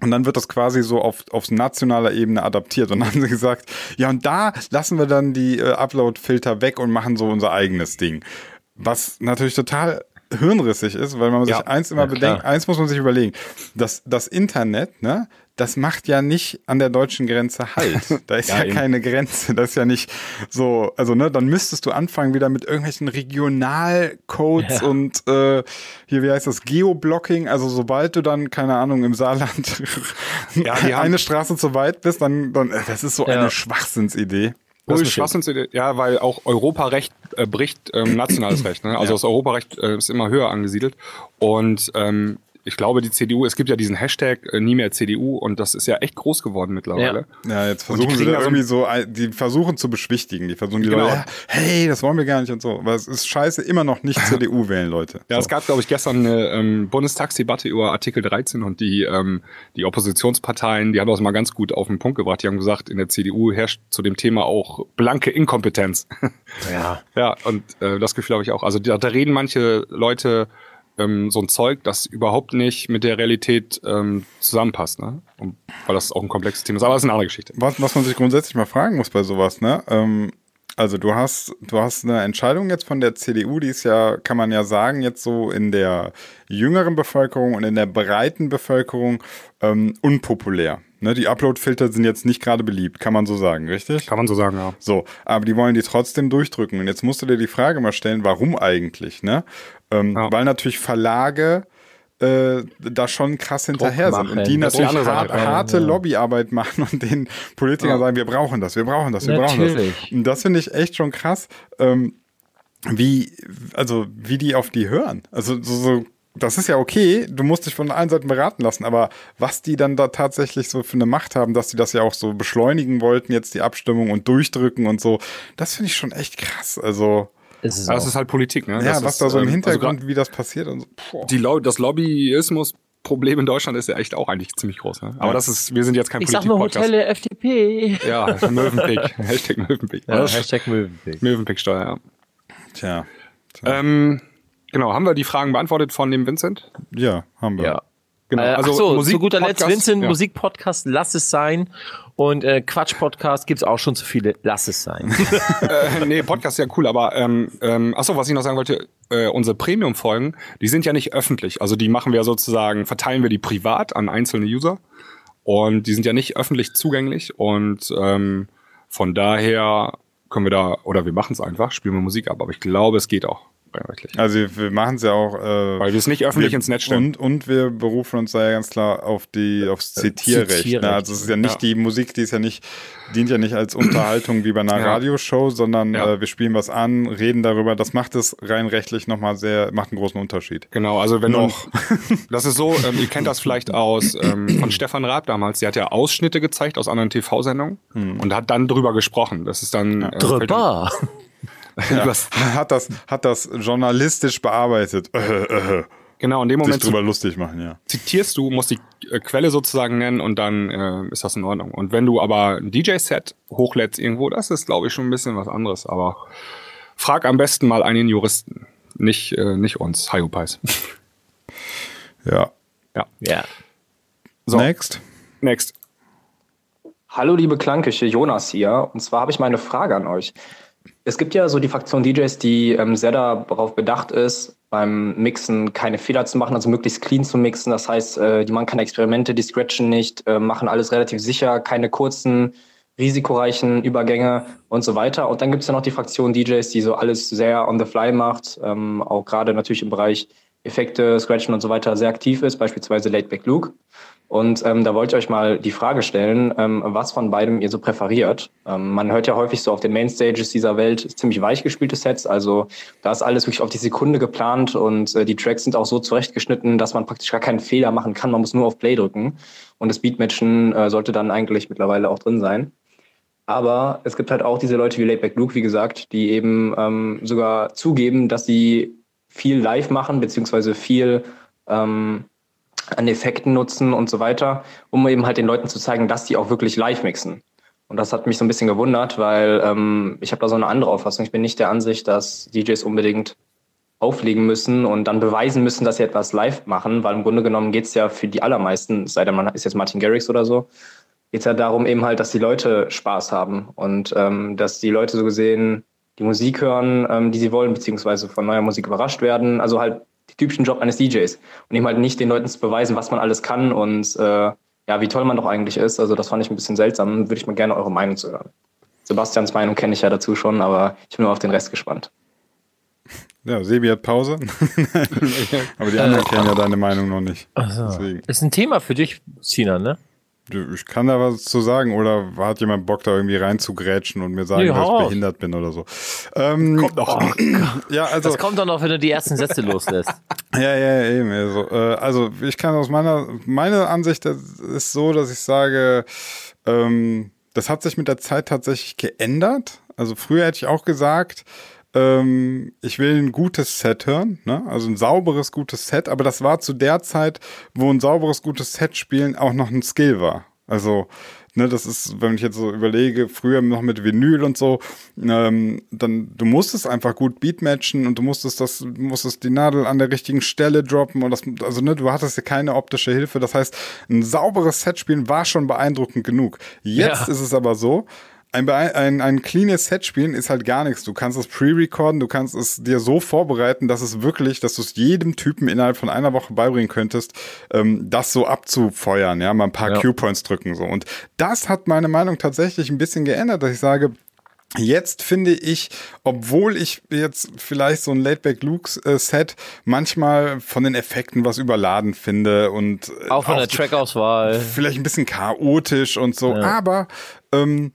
A: und dann wird das quasi so auf, auf nationaler Ebene adaptiert. Und dann haben sie gesagt, ja, und da lassen wir dann die äh, Upload-Filter weg und machen so unser eigenes Ding. Was natürlich total hirnrissig ist, weil man
C: Ja,
A: sich eins immer
B: na klar.
A: bedenkt, eins muss man sich überlegen, das, das Internet, ne, das macht ja nicht an der deutschen Grenze halt. Da ist ja,
B: eben.
A: keine Grenze. Das ist ja nicht so, also ne, dann müsstest du anfangen wieder mit irgendwelchen Regionalcodes und äh, hier, wie heißt das, Geoblocking. Also sobald du dann, keine Ahnung, im Saarland
C: die haben-
A: eine Straße zu weit bist, dann, dann äh, das ist so eine Schwachsinnsidee.
C: Das ist Schwachsinnsidee. Ja, weil auch Europarecht äh, bricht ähm, nationales Recht. Ne? Also das Europarecht äh, ist immer höher angesiedelt. Und ähm, ich glaube, die CDU, es gibt ja diesen Hashtag äh, nie mehr CDU und das ist ja echt groß geworden mittlerweile.
A: Ja, jetzt
C: Und die
A: versuchen sie
C: kriegen
A: da
C: da so
A: irgendwie so, ein- die versuchen zu beschwichtigen, die versuchen die
C: Genau.
A: Leute, ja, hey, das wollen wir gar nicht und so. Aber es ist scheiße, immer noch nicht CDU wählen, Leute.
C: Ja,
A: so.
C: es gab, glaube ich, gestern eine ähm, Bundestagsdebatte über Artikel 13 und die, ähm, die Oppositionsparteien, die haben das mal ganz gut auf den Punkt gebracht. Die haben gesagt, in der CDU herrscht zu dem Thema auch blanke Inkompetenz.
B: Ja.
C: Ja, und äh, das Gefühl habe ich auch. Also da, da reden manche Leute ähm, so ein Zeug, das überhaupt nicht mit der Realität ähm, zusammenpasst, ne? Und, weil das auch ein komplexes Thema ist. Aber das ist eine andere Geschichte.
A: was, was man sich grundsätzlich mal fragen muss bei sowas, ne? Ähm, also du hast, du hast eine Entscheidung jetzt von der CDU, die ist ja, kann man ja sagen, jetzt so in der jüngeren Bevölkerung und in der breiten Bevölkerung ähm, unpopulär. Ne, die Upload-Filter sind jetzt nicht gerade beliebt, kann man so sagen, richtig?
C: Kann man so sagen, ja.
A: So, aber die wollen die trotzdem durchdrücken. Und jetzt musst du dir die Frage mal stellen, warum eigentlich, ne? Ähm,
C: Ja.
A: Weil natürlich Verlage äh, da schon krass hinterher sind und
B: machen.
A: die
B: Das ist die
A: natürlich
B: andere
A: hart,
B: Sache.
A: harte
C: Also-
B: Ja.
A: Lobbyarbeit machen und den Politikern sagen, wir brauchen das, wir brauchen das, wir brauchen das.
B: Natürlich.
A: Und das finde ich echt schon krass, ähm, wie, also, wie die auf die hören. Also so, so das ist ja okay, du musst dich von allen Seiten beraten lassen, aber was die dann da tatsächlich so für eine Macht haben, dass die das ja auch so beschleunigen wollten, jetzt die Abstimmung und durchdrücken und so, das finde ich schon echt krass. Also,
B: Ist es
C: Aber
B: auch.
C: Das ist halt Politik, ne?
A: ja,
C: das
A: was
C: ist,
A: da so im
C: ähm,
A: Hintergrund,
C: Also
A: wie das passiert und so. Boah.
C: grad die Lo das Lobbyismus-Problem in Deutschland ist ja echt auch eigentlich ziemlich groß, ne? Aber das ist, wir sind jetzt kein
B: ich sag nur
C: Politik-Podcast.
B: Hotelle FDP.
C: Ja, Mövenpick. Hashtag Mövenpick.
B: Ja, Hashtag Möwenpick.
C: Mövenpick-Steuer,
A: Tja.
C: ja. Ähm, genau, haben wir die Fragen beantwortet von dem Vincent?
A: Ja, haben wir.
B: Ja.
C: Genau,
B: Äh,
C: also
B: ach so,
C: Musik-
B: zu guter Letzt,
C: Podcast,
B: Vincent,
C: ja.
B: Musikpodcast, lass es sein. Und äh, Quatsch-Podcast gibt's auch schon zu viele, lass es sein.
C: Äh, nee, Podcast ist ja cool, aber ähm, ähm, achso, was ich noch sagen wollte, äh, unsere Premium-Folgen, die sind ja nicht öffentlich. Also die machen wir sozusagen, verteilen wir die privat an einzelne User und die sind ja nicht öffentlich zugänglich und ähm, von daher können wir da, oder wir machen es einfach, spielen wir Musik ab, aber ich glaube, es geht auch rein rechtlich.
A: Also wir, wir machen es ja auch. Äh,
C: Weil wir es nicht öffentlich ins Netz stellen.
A: Und,
C: Äh,
A: und wir berufen uns da ja ganz klar auf die aufs Zitierrecht.
B: Zitierrecht.
A: Ne? Also es ist ja nicht
C: Ja.
A: die Musik, die ist ja nicht, dient ja nicht als Unterhaltung wie bei einer
C: Ja.
A: Radioshow, sondern
C: Ja.
A: äh, wir spielen was an, reden darüber. Das macht es rein rechtlich nochmal sehr, macht einen großen Unterschied.
C: Genau, also wenn
A: Noch.
C: Du, das ist so, ähm, ihr kennt das vielleicht aus ähm, von Stefan Raab damals. Der hat ja Ausschnitte gezeigt aus anderen TV-Sendungen und hat dann drüber gesprochen. Das ist dann äh, fällt dann-
B: Drüber.
C: übers-
A: Hat das, hat das journalistisch bearbeitet.
C: Genau, in dem
A: Sich
C: Moment
A: drüber lustig machen, ja.
C: zitierst du, musst die äh, Quelle sozusagen nennen und dann äh, ist das in Ordnung. Und wenn du aber ein DJ-Set hochlädst irgendwo, das ist, glaube ich, schon ein bisschen was anderes. Aber frag am besten mal einen Juristen, nicht, äh, nicht uns, Hayupais.
A: Ja.
C: ja,
B: Ja.
C: So.
A: Next.
C: next.
G: Hallo liebe Klangküche, Jonas hier. Und zwar habe ich mal eine Frage an euch. Es gibt ja so die Fraktion DJs, die ähm, sehr darauf bedacht ist, beim Mixen keine Fehler zu machen, also möglichst clean zu mixen. Das heißt, äh, die machen keine Experimente, die scratchen nicht, äh, machen alles relativ sicher, keine kurzen, risikoreichen Übergänge und so weiter. Und dann gibt es ja noch die Fraktion DJs, die so alles sehr on the fly macht, ähm, auch gerade natürlich im Bereich Effekte, Scratchen und so weiter sehr aktiv ist, beispielsweise Late Back Luke. Und ähm, da wollte ich euch mal die Frage stellen, ähm, was von beidem ihr so präferiert. Ähm, man hört ja häufig so auf den Mainstages dieser Welt ziemlich weich gespielte Sets. Also da ist alles wirklich auf die Sekunde geplant und äh, die Tracks sind auch so zurechtgeschnitten, dass man praktisch gar keinen Fehler machen kann. Man muss nur auf Play drücken. Und das Beatmatchen äh, sollte dann eigentlich mittlerweile auch drin sein. Aber es gibt halt auch diese Leute wie Laidback Luke, wie gesagt, die eben ähm, sogar zugeben, dass sie viel live machen, beziehungsweise viel ähm, an Effekten nutzen und so weiter, um eben halt den Leuten zu zeigen, dass die auch wirklich live mixen. Und das hat mich so ein bisschen gewundert, weil ähm, ich habe da so eine andere Auffassung. Ich bin nicht der Ansicht, dass DJs unbedingt auflegen müssen und dann beweisen müssen, dass sie etwas live machen, weil im Grunde genommen geht's ja für die allermeisten, es sei denn man ist jetzt Martin Garrix oder so, geht's ja darum eben halt, dass die Leute Spaß haben und ähm, dass die Leute so gesehen die Musik hören, ähm, die sie wollen, beziehungsweise von neuer Musik überrascht werden. Also halt den typischen Job eines DJs und eben halt nicht den Leuten zu beweisen, was man alles kann und äh, ja, wie toll man doch eigentlich ist. Also das fand ich ein bisschen seltsam. Würde ich mal gerne eure Meinung zu hören. Sebastians Meinung kenne ich ja dazu schon, aber ich bin nur auf den Rest gespannt.
A: Ja, Sebi hat Pause. Aber die anderen kennen ja deine Meinung noch nicht. Deswegen.
B: Ist ein Thema für dich, Sinan, ne?
A: Du, Ich kann da was zu sagen oder hat jemand Bock, da irgendwie reinzugrätschen und mir sagen,
B: Nee,
A: dass
B: hau
A: ich
B: raus.
A: behindert bin oder so? Ähm, Kommt noch. Ja, also.
B: Das kommt doch noch, wenn du die ersten Sätze loslässt.
A: Ja, ja, ja, eben. Also, äh, also ich kann aus meiner, meine Ansicht das ist so, dass ich sage, ähm, das hat sich mit der Zeit tatsächlich geändert. Also früher hätte ich auch gesagt, ähm, ich will ein gutes Set hören, ne? also ein sauberes, gutes Set, aber das war zu der Zeit, wo ein sauberes, gutes Set spielen auch noch ein Skill war. Also, ne, das ist, wenn ich jetzt so überlege, früher noch mit Vinyl und so, ähm, dann, du musstest einfach gut Beatmatchen und du musstest das, musstest die Nadel an der richtigen Stelle droppen und das, also ne, du hattest ja keine optische Hilfe. Das heißt, ein sauberes Set spielen war schon beeindruckend genug. Jetzt
B: Ja.
A: ist es aber so, ein, bee- ein, ein cleanes Set spielen ist halt gar nichts. Du kannst es pre-recorden, du kannst es dir so vorbereiten, dass es wirklich, dass du es jedem Typen innerhalb von einer Woche beibringen könntest, ähm, das so abzufeuern, ja, mal ein paar
B: Ja.
A: Cue-Points drücken so. Und das hat meine Meinung tatsächlich ein bisschen geändert, dass ich sage, Jetzt finde ich, obwohl ich jetzt vielleicht so ein Laidback Luke's äh, Set manchmal von den Effekten was überladen finde und äh,
B: Auch von der Trackauswahl.
A: vielleicht ein bisschen chaotisch und so, aber ähm,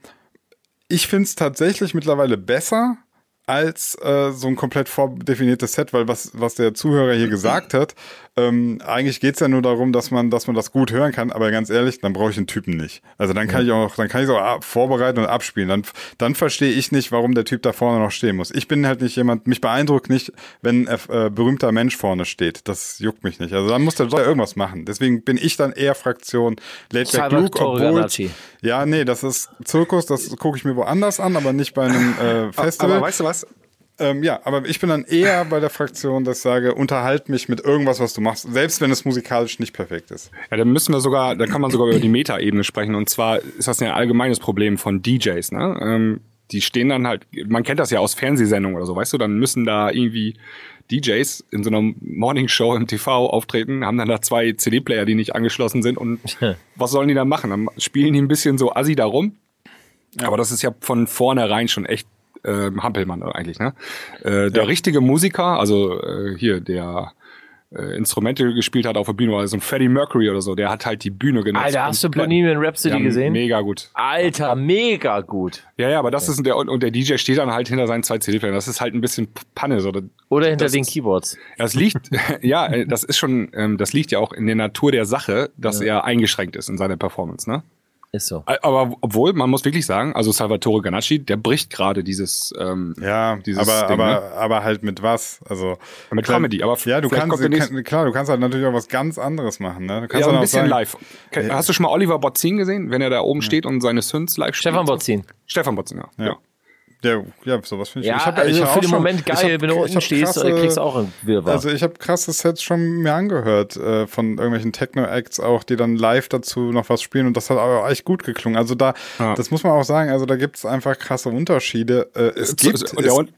A: ich finde es tatsächlich mittlerweile besser als äh, so ein komplett vordefiniertes Set, weil was, was der Zuhörer hier gesagt hat, ähm, eigentlich geht es ja nur darum, dass man, dass man das gut hören kann, aber ganz ehrlich, dann brauche ich den Typen nicht. Also dann kann ich auch, dann kann ich es auch ab- vorbereiten und abspielen. Dann, dann verstehe ich nicht, warum der Typ da vorne noch stehen muss. Ich bin halt nicht jemand, mich beeindruckt nicht, wenn ein äh, berühmter Mensch vorne steht. Das juckt mich nicht. Also dann muss der doch irgendwas machen. Deswegen bin ich dann eher Fraktion Late Back
B: Salvatore
A: Luke, obwohl
B: Ganacci.
A: ja, nee, das ist Zirkus, das gucke ich mir woanders an, aber nicht bei einem äh, Festival.
C: Aber weißt du was?
A: ähm, ja, aber ich bin dann eher bei der Fraktion, dass ich sage, unterhalt mich mit irgendwas, was du machst, selbst wenn es musikalisch nicht perfekt ist.
C: Ja, dann müssen wir sogar, dann kann man sogar über die Metaebene sprechen. Und zwar ist das ja ein allgemeines Problem von DJs, ne? Ähm, die stehen dann halt, man kennt das ja aus Fernsehsendungen oder so, weißt du, dann müssen da irgendwie DJs in so einer Morningshow im TV auftreten, haben dann da zwei CD-Player, die nicht angeschlossen sind und was sollen die dann machen? Dann spielen die ein bisschen so assi da rum. Aber das ist ja von vornherein schon echt ähm, Hampelmann eigentlich, ne? Äh, der richtige Musiker, also äh, hier der äh, Instrumente gespielt hat auf der Bühne, also ein Freddie Mercury oder so, der hat halt die Bühne genutzt.
B: Alter, hast du
C: komplett.
B: Bohemian Rhapsody
C: Ja,
B: gesehen?
C: Mega gut.
B: Alter, mega gut.
C: Ja, ja, aber das ist der und, und der DJ steht dann halt hinter seinen zwei CD-Playern. Das ist halt ein bisschen Panne. So. Das,
B: Oder hinter
C: das
B: den
C: ist-
B: Keyboards.
C: Das liegt, ja, äh, das ist schon, ähm, das liegt ja auch in der Natur der Sache, dass er eingeschränkt ist in seiner Performance, ne?
B: Ist so.
C: Aber obwohl, man muss wirklich sagen, also Salvatore Ganacci, der bricht gerade dieses, ähm,
A: Ja,
C: dieses
A: aber,
C: Ding,
A: aber,
C: ne?
A: aber halt mit was? Also,
C: Mit
A: klar-
C: Comedy, aber
A: ja, du
C: vielleicht
A: kannst,
C: kommt der nächste-
A: kann, klar, du kannst halt natürlich auch was ganz anderes machen. Ne? Du kannst
C: ja,
A: dann
C: ein
A: auch
C: bisschen
A: sagen,
C: live. Ke- Hast du schon mal Oliver Botzin gesehen, wenn er da oben steht und seine Synths live spielt?
B: Stefan Botzin.
C: Stefan Botzin, ja. ja.
A: Ja, ja sowas finde ich.
B: Ja,
A: ich hab-
B: also
A: ich hab
B: für
A: auch
B: den Moment geil,
A: ich
B: wenn du
A: ich
B: unten stehst, äh, kriegst du auch ein Wirrwarr.
A: Also ich habe krasse Sets schon mir angehört äh, von irgendwelchen Techno-Acts auch, die dann live dazu noch was spielen und das hat aber echt gut geklungen. Also da,
C: Ja.
A: das muss man auch sagen, also da gibt es einfach krasse Unterschiede. Äh, es
C: So-
A: gibt,
C: so-
A: es,
C: und-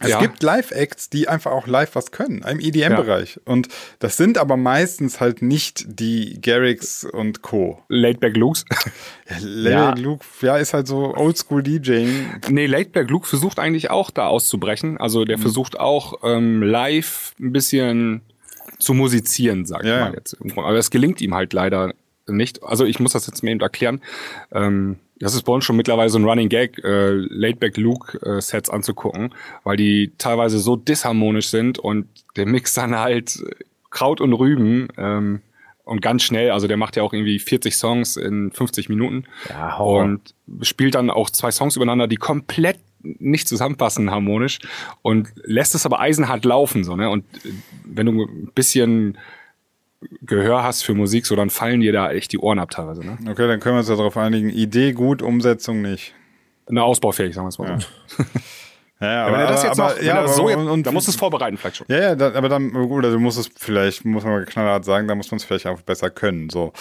A: es
C: ja.
A: gibt Live-Acts, die einfach auch live was können, im EDM-Bereich. Und das sind aber meistens halt nicht die Garrix und Co.
C: Laidback Lukes.
A: Larry Luke, ja, ist halt so Oldschool-DJing.
C: nee, Laidback Luke versucht eigentlich auch da auszubrechen. Also
A: Mhm.
C: der versucht auch ähm, live ein bisschen zu musizieren, sag
A: Ja,
C: ich
A: ja.
C: mal jetzt. irgendwo. Aber es gelingt ihm halt leider nicht. Also ich muss das jetzt mir eben erklären. Ähm, das ist bei uns schon mittlerweile so ein Running Gag, äh, Laidback Luke äh, Sets anzugucken, weil die teilweise so disharmonisch sind und der Mix dann halt äh, Kraut und Rüben ähm, und ganz schnell. Also der macht ja auch irgendwie 40 Songs in 50 Minuten
B: Ja, Horror.
C: und spielt dann auch zwei Songs übereinander, die komplett nicht zusammenpassen harmonisch und lässt es aber eisenhart laufen so ne und äh, wenn du ein bisschen Gehör hast für Musik so dann fallen dir da echt die Ohren ab teilweise ne
A: Okay, dann können wir uns ja darauf einigen. Idee gut, Umsetzung nicht.
C: Na, ausbaufähig, sagen wir es mal so.
A: Ja,
C: Aber, wenn er das jetzt noch, wenn
A: ja,
C: er das so jetzt,
A: und, und,
C: da musst du es vorbereiten vielleicht schon.
A: ja, ja, dann, aber dann, oder du musst es vielleicht, muss man mal knallhart sagen, da muss man es vielleicht einfach besser können, so.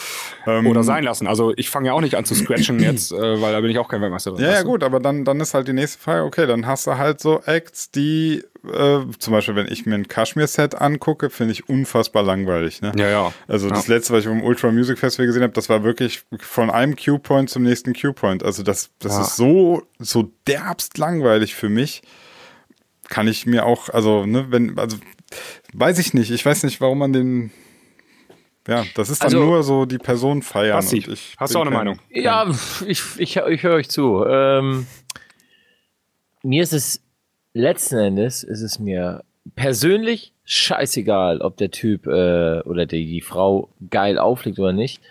A: Ähm,
C: Oder sein lassen. Also ich fange ja auch nicht an zu scratchen jetzt, äh, weil da bin ich auch kein Weltmeister drin.
A: Ja, ja,
C: weißt du?
A: gut, aber dann, dann ist halt die nächste Frage, okay, dann hast du halt so Acts, die, äh, zum Beispiel, wenn ich mir ein Kashmir-Set angucke, finde ich unfassbar langweilig, ne?
C: Ja, ja.
A: Also das
C: Ja.
A: letzte, was ich beim Ultra Music Festival gesehen habe, das war wirklich von einem Cue-Point zum nächsten Cue-Point. Also das, das
C: Ja.
A: ist so, so derbst langweilig für mich. Kann ich mir auch, also, ne, wenn, also, weiß ich nicht, ich weiß nicht, warum man den, ja, das ist dann
B: Also-
A: nur so die Person feiern.
C: Basti,
A: und ich bin
C: hast du auch eine
A: kein-
C: Meinung?
B: Ja, ich, ich, ich höre euch zu. Ähm, mir ist es letzten Endes ist es mir persönlich scheißegal, ob der Typ äh, oder die, die Frau geil auflegt oder nicht.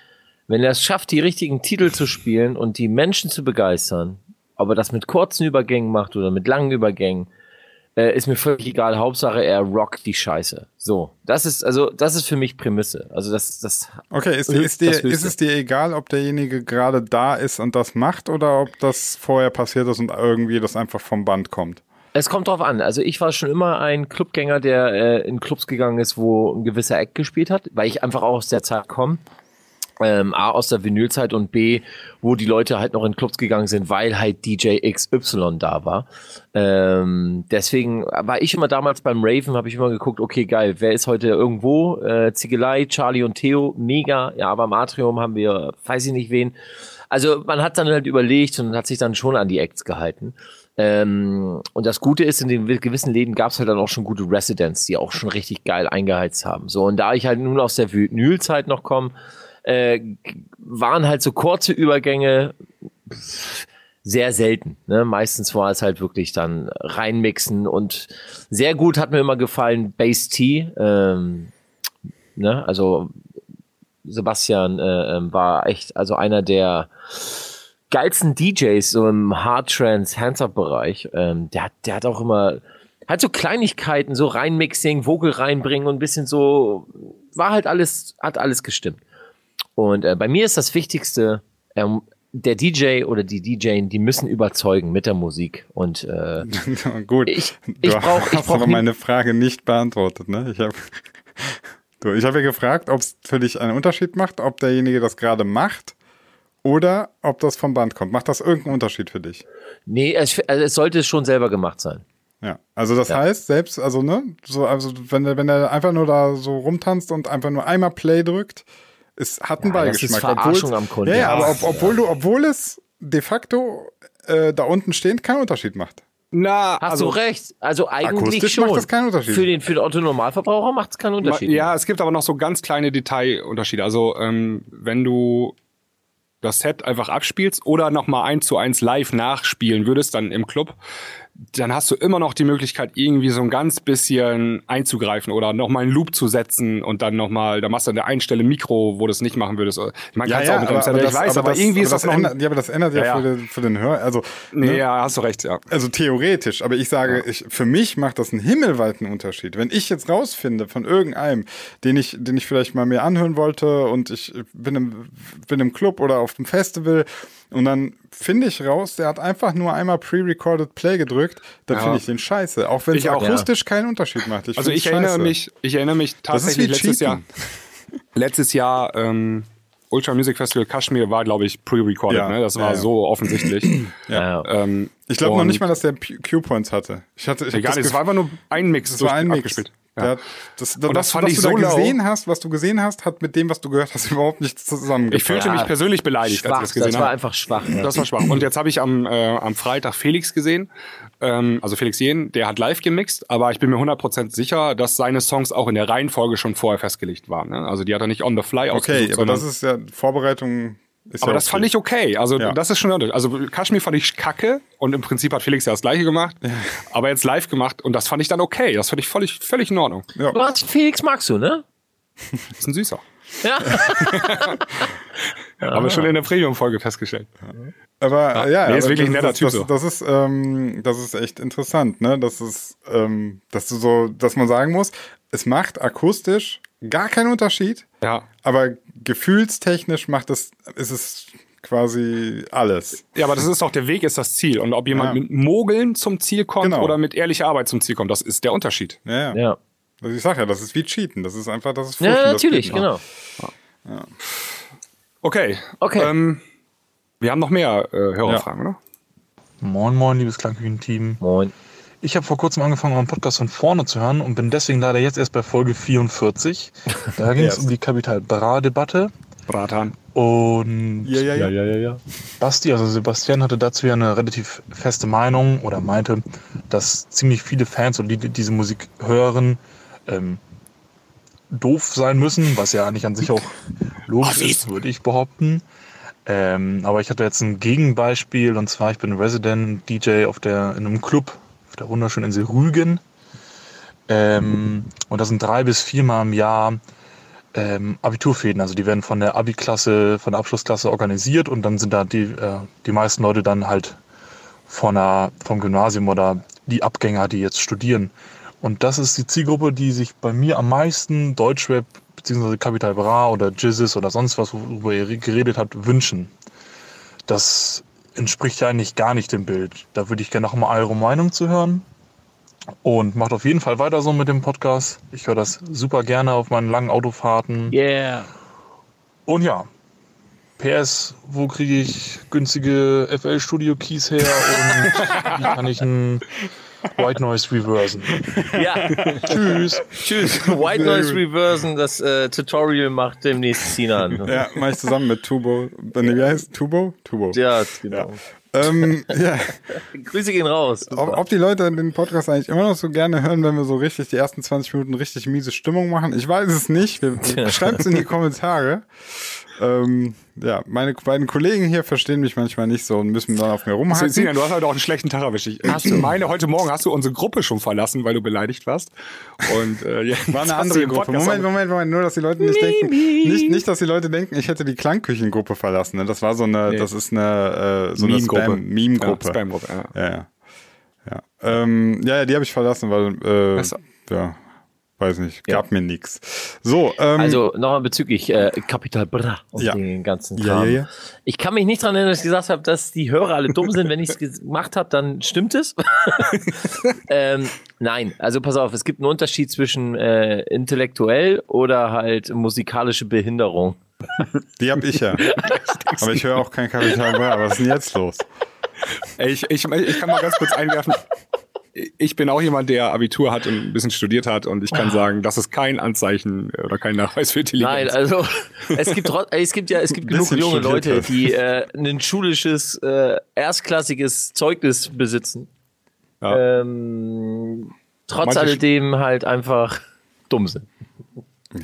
B: Wenn er es schafft, die richtigen Titel zu spielen und die Menschen zu begeistern, ob er das mit kurzen Übergängen macht oder mit langen Übergängen, äh, ist mir völlig egal. Hauptsache er rockt die Scheiße. So, das ist also das ist für mich Prämisse. Also das das
A: Okay, ist,
B: Höchst-
A: ist, dir,
B: das Höchste.
A: ist es dir egal, ob derjenige gerade da ist und das macht oder ob das vorher passiert ist und irgendwie das einfach vom Band kommt?
B: Es kommt drauf an. Also ich war schon immer ein Clubgänger, der äh, in Clubs gegangen ist, wo ein gewisser Eck gespielt hat, weil ich einfach auch aus der Zeit komme. Ähm, A, aus der Vinylzeit und B, wo die Leute halt noch in Clubs gegangen sind, weil halt DJ XY da war. Ähm, deswegen war ich immer damals beim Raven, habe ich immer geguckt, okay, geil, wer ist heute irgendwo? Äh, Ziegelei, Charlie und Theo, mega. Ja, aber im Atrium haben wir, weiß ich nicht wen. Also man hat dann halt überlegt und hat sich dann schon an die Acts gehalten. Ähm, und das Gute ist, in den gewissen Läden gab es halt dann auch schon gute Residents, die auch schon richtig geil eingeheizt haben. So, und da ich halt nun aus der Vinylzeit noch komme, äh, g- waren halt so kurze Übergänge pff, sehr selten. Ne? Meistens war es halt wirklich dann reinmixen und sehr gut hat mir immer gefallen Bass T. Ähm, ne? Also Sebastian äh, ähm, war echt also einer der geilsten DJs so im Hard Trance Hands Up Bereich. Ähm, der hat der hat auch immer hat so Kleinigkeiten so reinmixing, Vogel reinbringen und ein bisschen so war halt alles hat alles gestimmt. Und äh, bei mir ist das Wichtigste, ähm, der DJ oder die DJ, die müssen überzeugen mit der Musik. Und äh,
A: Gut,
B: Ich-
A: du
B: ich brauch- ich
A: hast
B: brauch
A: aber
B: nie-
A: meine Frage nicht beantwortet. Ne? Ich habe du, ich hab ja gefragt, ob es für dich einen Unterschied macht, ob derjenige das gerade macht oder ob das vom Band kommt. Macht das irgendeinen Unterschied für dich?
B: nee, es, also es sollte schon selber gemacht sein.
A: Ja, also das heißt, selbst, also ne, so, also wenn, der- wenn er einfach nur da so rumtanzt und einfach nur einmal Play drückt, es hat einen
B: Ja, das
A: Beigeschmack.
B: ist Verarschung
A: obwohl's-
B: am Kunden.
A: Ja, ja, aber ob,
B: Ja.
A: obwohl, Du, obwohl es de facto äh, da unten stehend keinen Unterschied macht.
C: Na,
B: Hast du recht. Also eigentlich
A: Akustisch
B: schon.
A: macht das keinen Unterschied.
B: Für den, für den Otto Normalverbraucher macht es keinen Unterschied.
C: Ja, es gibt aber noch so ganz kleine Detailunterschiede. Also ähm, wenn du das Set einfach abspielst oder nochmal eins zu eins live nachspielen würdest, dann im Club, dann hast du immer noch die Möglichkeit, irgendwie so ein ganz bisschen einzugreifen oder nochmal einen Loop zu setzen und dann nochmal, da machst du an der einen Stelle Mikro, wo du es nicht machen würdest. Ich meine, kannst du auch mit dem Zettel, ich weiß, aber, irgendwie ist das, noch.
A: ändert, ja, aber das ändert ja,
C: Ja, ja.
A: Für, den, für den Hörer. Also,
C: nee,
A: ne?
C: ja, hast du recht, ja.
A: also theoretisch, aber ich sage, ich, für mich macht das einen himmelweiten Unterschied. Wenn ich jetzt rausfinde von irgendeinem, den ich, den ich vielleicht mal mir anhören wollte und ich bin im, bin im Club oder auf dem Festival und dann finde ich raus, der hat einfach nur einmal pre-recorded Play gedrückt, dann finde ich den scheiße. Auch wenn es
C: Ich auch.
A: akustisch keinen Unterschied macht.
C: Also
A: find's
C: ich erinnere
A: scheiße.
C: mich, ich erinnere mich
A: ist wie
C: tatsächlich letztes Jahr.
A: Cheaten.
C: Letztes Jahr ähm, Ultra Music Festival Kashmir war, glaube ich, pre-recorded.
A: Ja,
C: Ne? Das
A: ja,
C: war
A: ja.
C: so offensichtlich.
B: Ja.
C: ähm,
A: Ich glaube noch
C: und-
A: nicht mal, dass der P- Q-Points hatte. Ich hatte ich hab
C: Egal,
A: das
C: es war
A: Gefühl-
C: einfach nur ein Mix.
A: Es war ein Mix.
C: abgespielt.
A: Der
C: Ja.
A: hat- Das, das,
C: Und das
A: was,
C: fand
A: was
C: ich
A: du
C: so
A: da
C: lau.
A: gesehen hast, was du gesehen hast, hat mit dem, was du gehört hast, überhaupt nichts zusammengepasst.
C: Ich fühlte mich persönlich beleidigt,
B: schwach,
C: als ich das gesehen
B: das war
C: habe.
B: einfach schwach. Ja.
C: Das war schwach. Und jetzt habe ich am, äh, am Freitag Felix gesehen, ähm, also Felix Jehn, der hat live gemixt, aber ich bin mir 100% sicher, dass seine Songs auch in der Reihenfolge schon vorher festgelegt waren. Ne? Also die hat er nicht on the fly
A: Okay,
C: ausgesucht,
A: aber
C: sondern-
A: das ist ja Vorbereitung. Ist
C: Aber
A: ja
C: das
A: okay.
C: fand ich okay. Also,
A: Ja.
C: das ist schon ordentlich. Also, Kaschmir fand ich kacke und im Prinzip hat Felix ja das Gleiche gemacht, aber jetzt live gemacht und das fand ich dann okay. Das fand ich völlig, völlig in Ordnung.
B: Was, Felix magst du, ne?
C: Das ist ein süßer.
B: Ja.
C: Haben wir schon in der Premium-Folge festgestellt.
A: Aber äh, ja,
C: Nee, ist
A: aber
C: wirklich ein
A: das-
C: netter Typ
A: Das,
C: so.
A: das, das ist, ähm, das ist echt interessant, ne? Das ist, ähm, dass du so, dass man sagen muss, es macht akustisch gar keinen Unterschied,
C: Ja.
A: aber gefühlstechnisch macht es, ist es quasi alles.
C: Ja, aber das ist auch der Weg, ist das Ziel. Und ob jemand
A: Ja.
C: mit Mogeln zum Ziel kommt
A: Genau.
C: oder mit ehrlicher Arbeit zum Ziel kommt, das ist der Unterschied.
A: Ja, ja.
B: Ja,
A: Also ich sag ja, das ist wie Cheaten. Das ist einfach, das ist Furchen,
B: ja
A: das
B: natürlich,
A: geht nicht.
B: genau.
C: Okay.
B: Okay.
C: Ähm, wir haben noch mehr äh, Hörerfragen, oder?
H: Moin, moin, liebes Klangküchen-Team.
B: Moin.
H: Ich habe vor kurzem angefangen, euren Podcast von vorne zu hören und bin deswegen leider jetzt erst bei Folge 44. Da ging es um die Kapital Bra-Debatte
C: Bratan.
H: und
A: Ja, ja, ja.
H: Basti, also Sebastian, hatte dazu ja eine relativ feste Meinung oder meinte, dass ziemlich viele Fans und die, die diese Musik hören, ähm, doof sein müssen, was ja eigentlich an sich auch logisch ist, würde ich behaupten. Ähm, aber ich hatte jetzt ein Gegenbeispiel und zwar, ich bin Resident DJ auf der, in einem Club auf der wunderschönen Insel Rügen. Ähm, und das sind drei bis viermal im Jahr ähm, Abiturfäden. Also die werden von der Abi-Klasse, von der Abschlussklasse organisiert und dann sind da die, äh, die meisten Leute dann halt von einer, vom Gymnasium oder die Abgänger, die jetzt studieren. Und das ist die Zielgruppe, die sich bei mir am meisten Deutschrap bzw. Capital Bra oder Jizzes oder sonst was, worüber ihr geredet habt, wünschen. Das entspricht ja eigentlich gar nicht dem Bild. Da würde ich gerne nochmal eure Meinung zu hören. Und macht auf jeden Fall weiter so mit dem Podcast. Ich höre das super gerne auf meinen langen Autofahrten.
B: Yeah.
H: Und ja, PS, wo kriege ich günstige FL Studio Keys her und wie kann ich ein White Noise reversen?
B: Ja.
H: Tschüss.
B: Tschüss. White Noise Reversen, das äh, Tutorial macht demnächst Sinan.
A: Ja, mach ich zusammen mit Tubo. Äh, Nee, wie heißt Tubo? Tubo.
B: Ja, genau.
A: Ähm, ja.
B: Grüße gehen raus.
A: Ob, ob die Leute den Podcast eigentlich immer noch so gerne hören, wenn wir so richtig die ersten 20 Minuten richtig miese Stimmung machen, ich weiß es nicht. Schreibt es in die Kommentare. Ähm, ja, meine beiden Kollegen hier verstehen mich manchmal nicht so und müssen dann auf mir rumhacken.
C: Sinan, du hast heute auch einen schlechten Tag erwischt. Ich ich meine, heute Morgen hast du unsere Gruppe schon verlassen, weil du beleidigt warst. Und äh, jetzt
A: War eine
C: hast du
A: andere
C: den
A: Gruppe.
C: Podcast
A: Moment,
C: auch-
A: Moment, Moment. Nur, dass die Leute nicht denken, nicht, nicht, dass die Leute denken, ich hätte die Klangküchengruppe verlassen. ne? Das war so eine, das ist eine, äh, so eine
C: Meme-Gruppe.
A: Spam- Meme-Gruppe.
C: Ja, Spam-Gruppe, ja.
A: ja. Ja, ja. Ähm, ja, ja, die habe ich verlassen, weil, äh,
C: so.
A: ja, weiß nicht, gab mir nix. So, ähm,
B: Also nochmal bezüglich äh, Capital Bra und
A: Ja.
B: den ganzen
A: Ja,
B: Kram.
A: ja, ja.
B: Ich kann mich nicht daran erinnern, dass ich gesagt habe, dass die Hörer alle dumm sind. Wenn ich es gemacht habe, dann stimmt es. ähm, nein, also pass auf, es gibt einen Unterschied zwischen äh, intellektuell oder halt musikalische Behinderung.
A: die habe ich ja. aber ich höre auch kein Kapital Bra. Was ist denn jetzt los?
C: Ey, Ich, ich, ich kann mal ganz kurz einwerfen. Ich bin auch jemand, der Abitur hat und ein bisschen studiert hat und ich kann sagen, das ist kein Anzeichen oder kein Nachweis für
B: Nein,
C: Intelligenz.
B: also es gibt trot- es gibt ja es gibt genug
A: Bisschen
B: junge
A: studiert halt.
B: Leute,
A: hat.
B: die äh, ein schulisches äh, erstklassiges Zeugnis besitzen.
C: Ja.
B: Ähm, trotz
C: Manche sch-
B: alledem halt einfach dumm sind.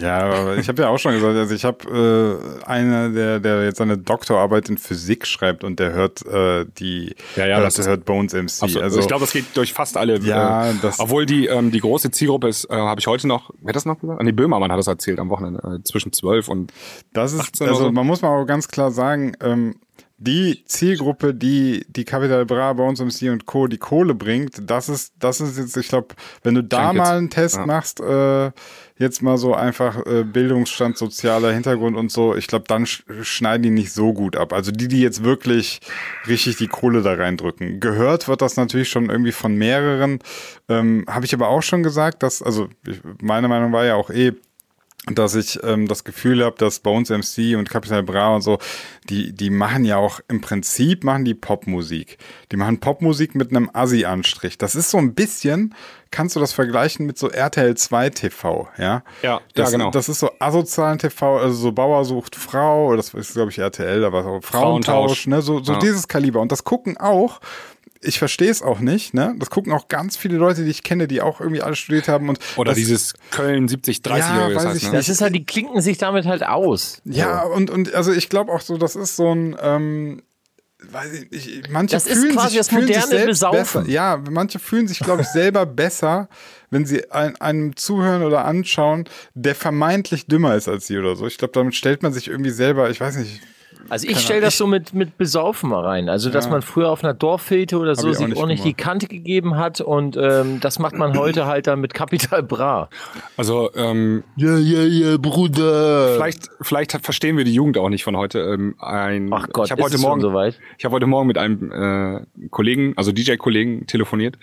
A: Ja, aber ich habe ja auch schon gesagt, also ich habe äh, einer, der, der jetzt seine Doktorarbeit in Physik schreibt und der hört äh, die,
C: Ja, ja,
A: hört,
C: das ist-
A: hört Bones MC.
C: Absolut.
A: Also,
C: ich glaube, das geht durch fast alle.
A: Ja,
C: äh,
A: das-
C: obwohl die, ähm, die große Zielgruppe ist, äh, habe ich heute noch, wer hat das noch gesagt? Ah, Nee, Böhmermann hat das erzählt am Wochenende, äh, zwischen 12 und
A: Das ist,
C: 18 oder
A: also
C: so.
A: man muss mal auch ganz klar sagen, ähm, die Zielgruppe, die die Capital Bra bei uns im C und Co. die Kohle bringt, das ist, das ist jetzt, ich glaube, wenn du da
C: Klingt
A: mal
C: jetzt-
A: einen Test
C: ja.
A: machst, äh, jetzt mal so einfach äh, Bildungsstand, sozialer Hintergrund und so, ich glaube, dann sch schneiden die nicht so gut ab. Also die, die jetzt wirklich richtig die Kohle da reindrücken. Gehört wird das natürlich schon irgendwie von mehreren. Ähm, Habe ich aber auch schon gesagt, dass, also ich, meine Meinung war ja auch eh, dass ich ähm, das Gefühl habe, dass Bones MC und Capital Bra und so, die, die machen ja auch im Prinzip machen die Popmusik. Die machen Popmusik mit einem Assi-Anstrich. Das ist so ein bisschen, kannst du das vergleichen mit so RTL 2 TV, ja?
C: Ja,
A: das,
C: ja, genau.
A: Das ist so asozialen TV, also so Bauer sucht Frau, oder das ist, glaube ich, RTL, aber so Frauentausch,
C: Frauentausch.
A: ne? So, so
C: Ja.
A: dieses Kaliber. Und das gucken auch. Ich verstehe es auch nicht, ne? Das gucken auch ganz viele Leute, die ich kenne, die auch irgendwie alle studiert haben und
C: oder
A: das,
C: dieses Köln 70, 30
A: Ja,
C: oder wie das
A: weiß
C: heißt,
A: ich
C: ne?
A: nicht.
B: Das ist halt, die klinken sich damit halt aus.
A: Ja, und, und also ich glaube auch so, das ist so ein, ähm, weiß ich, nicht, manche
B: Das ist
A: fühlen
B: quasi
A: sich,
B: das
A: fühlen sich
B: moderne
A: selbst
B: Besaufen.
A: besser. Ja, manche fühlen sich, glaube ich, selber besser, wenn sie ein, einem zuhören oder anschauen, der vermeintlich dümmer ist als sie oder so. Ich glaube, damit stellt man sich irgendwie selber, ich weiß nicht,
B: Also ich stelle das so mit, mit Besaufen mal rein. Also dass man früher auf einer Dorffete oder so
A: ich auch
B: sich
A: nicht
B: ordentlich die
A: gemacht.
B: Kante gegeben hat und ähm, das macht man heute halt dann mit Capital Bra.
C: Also, ähm,
B: Ja, ja, ja, Bruder.
C: vielleicht, vielleicht hat- verstehen wir die Jugend auch nicht von heute. Ähm, ein,
B: Ach Gott,
C: ich habe
B: ist
C: heute
B: es schon
C: Morgen
B: soweit?
C: Ich habe heute Morgen mit einem äh, Kollegen, also DJ-Kollegen, telefoniert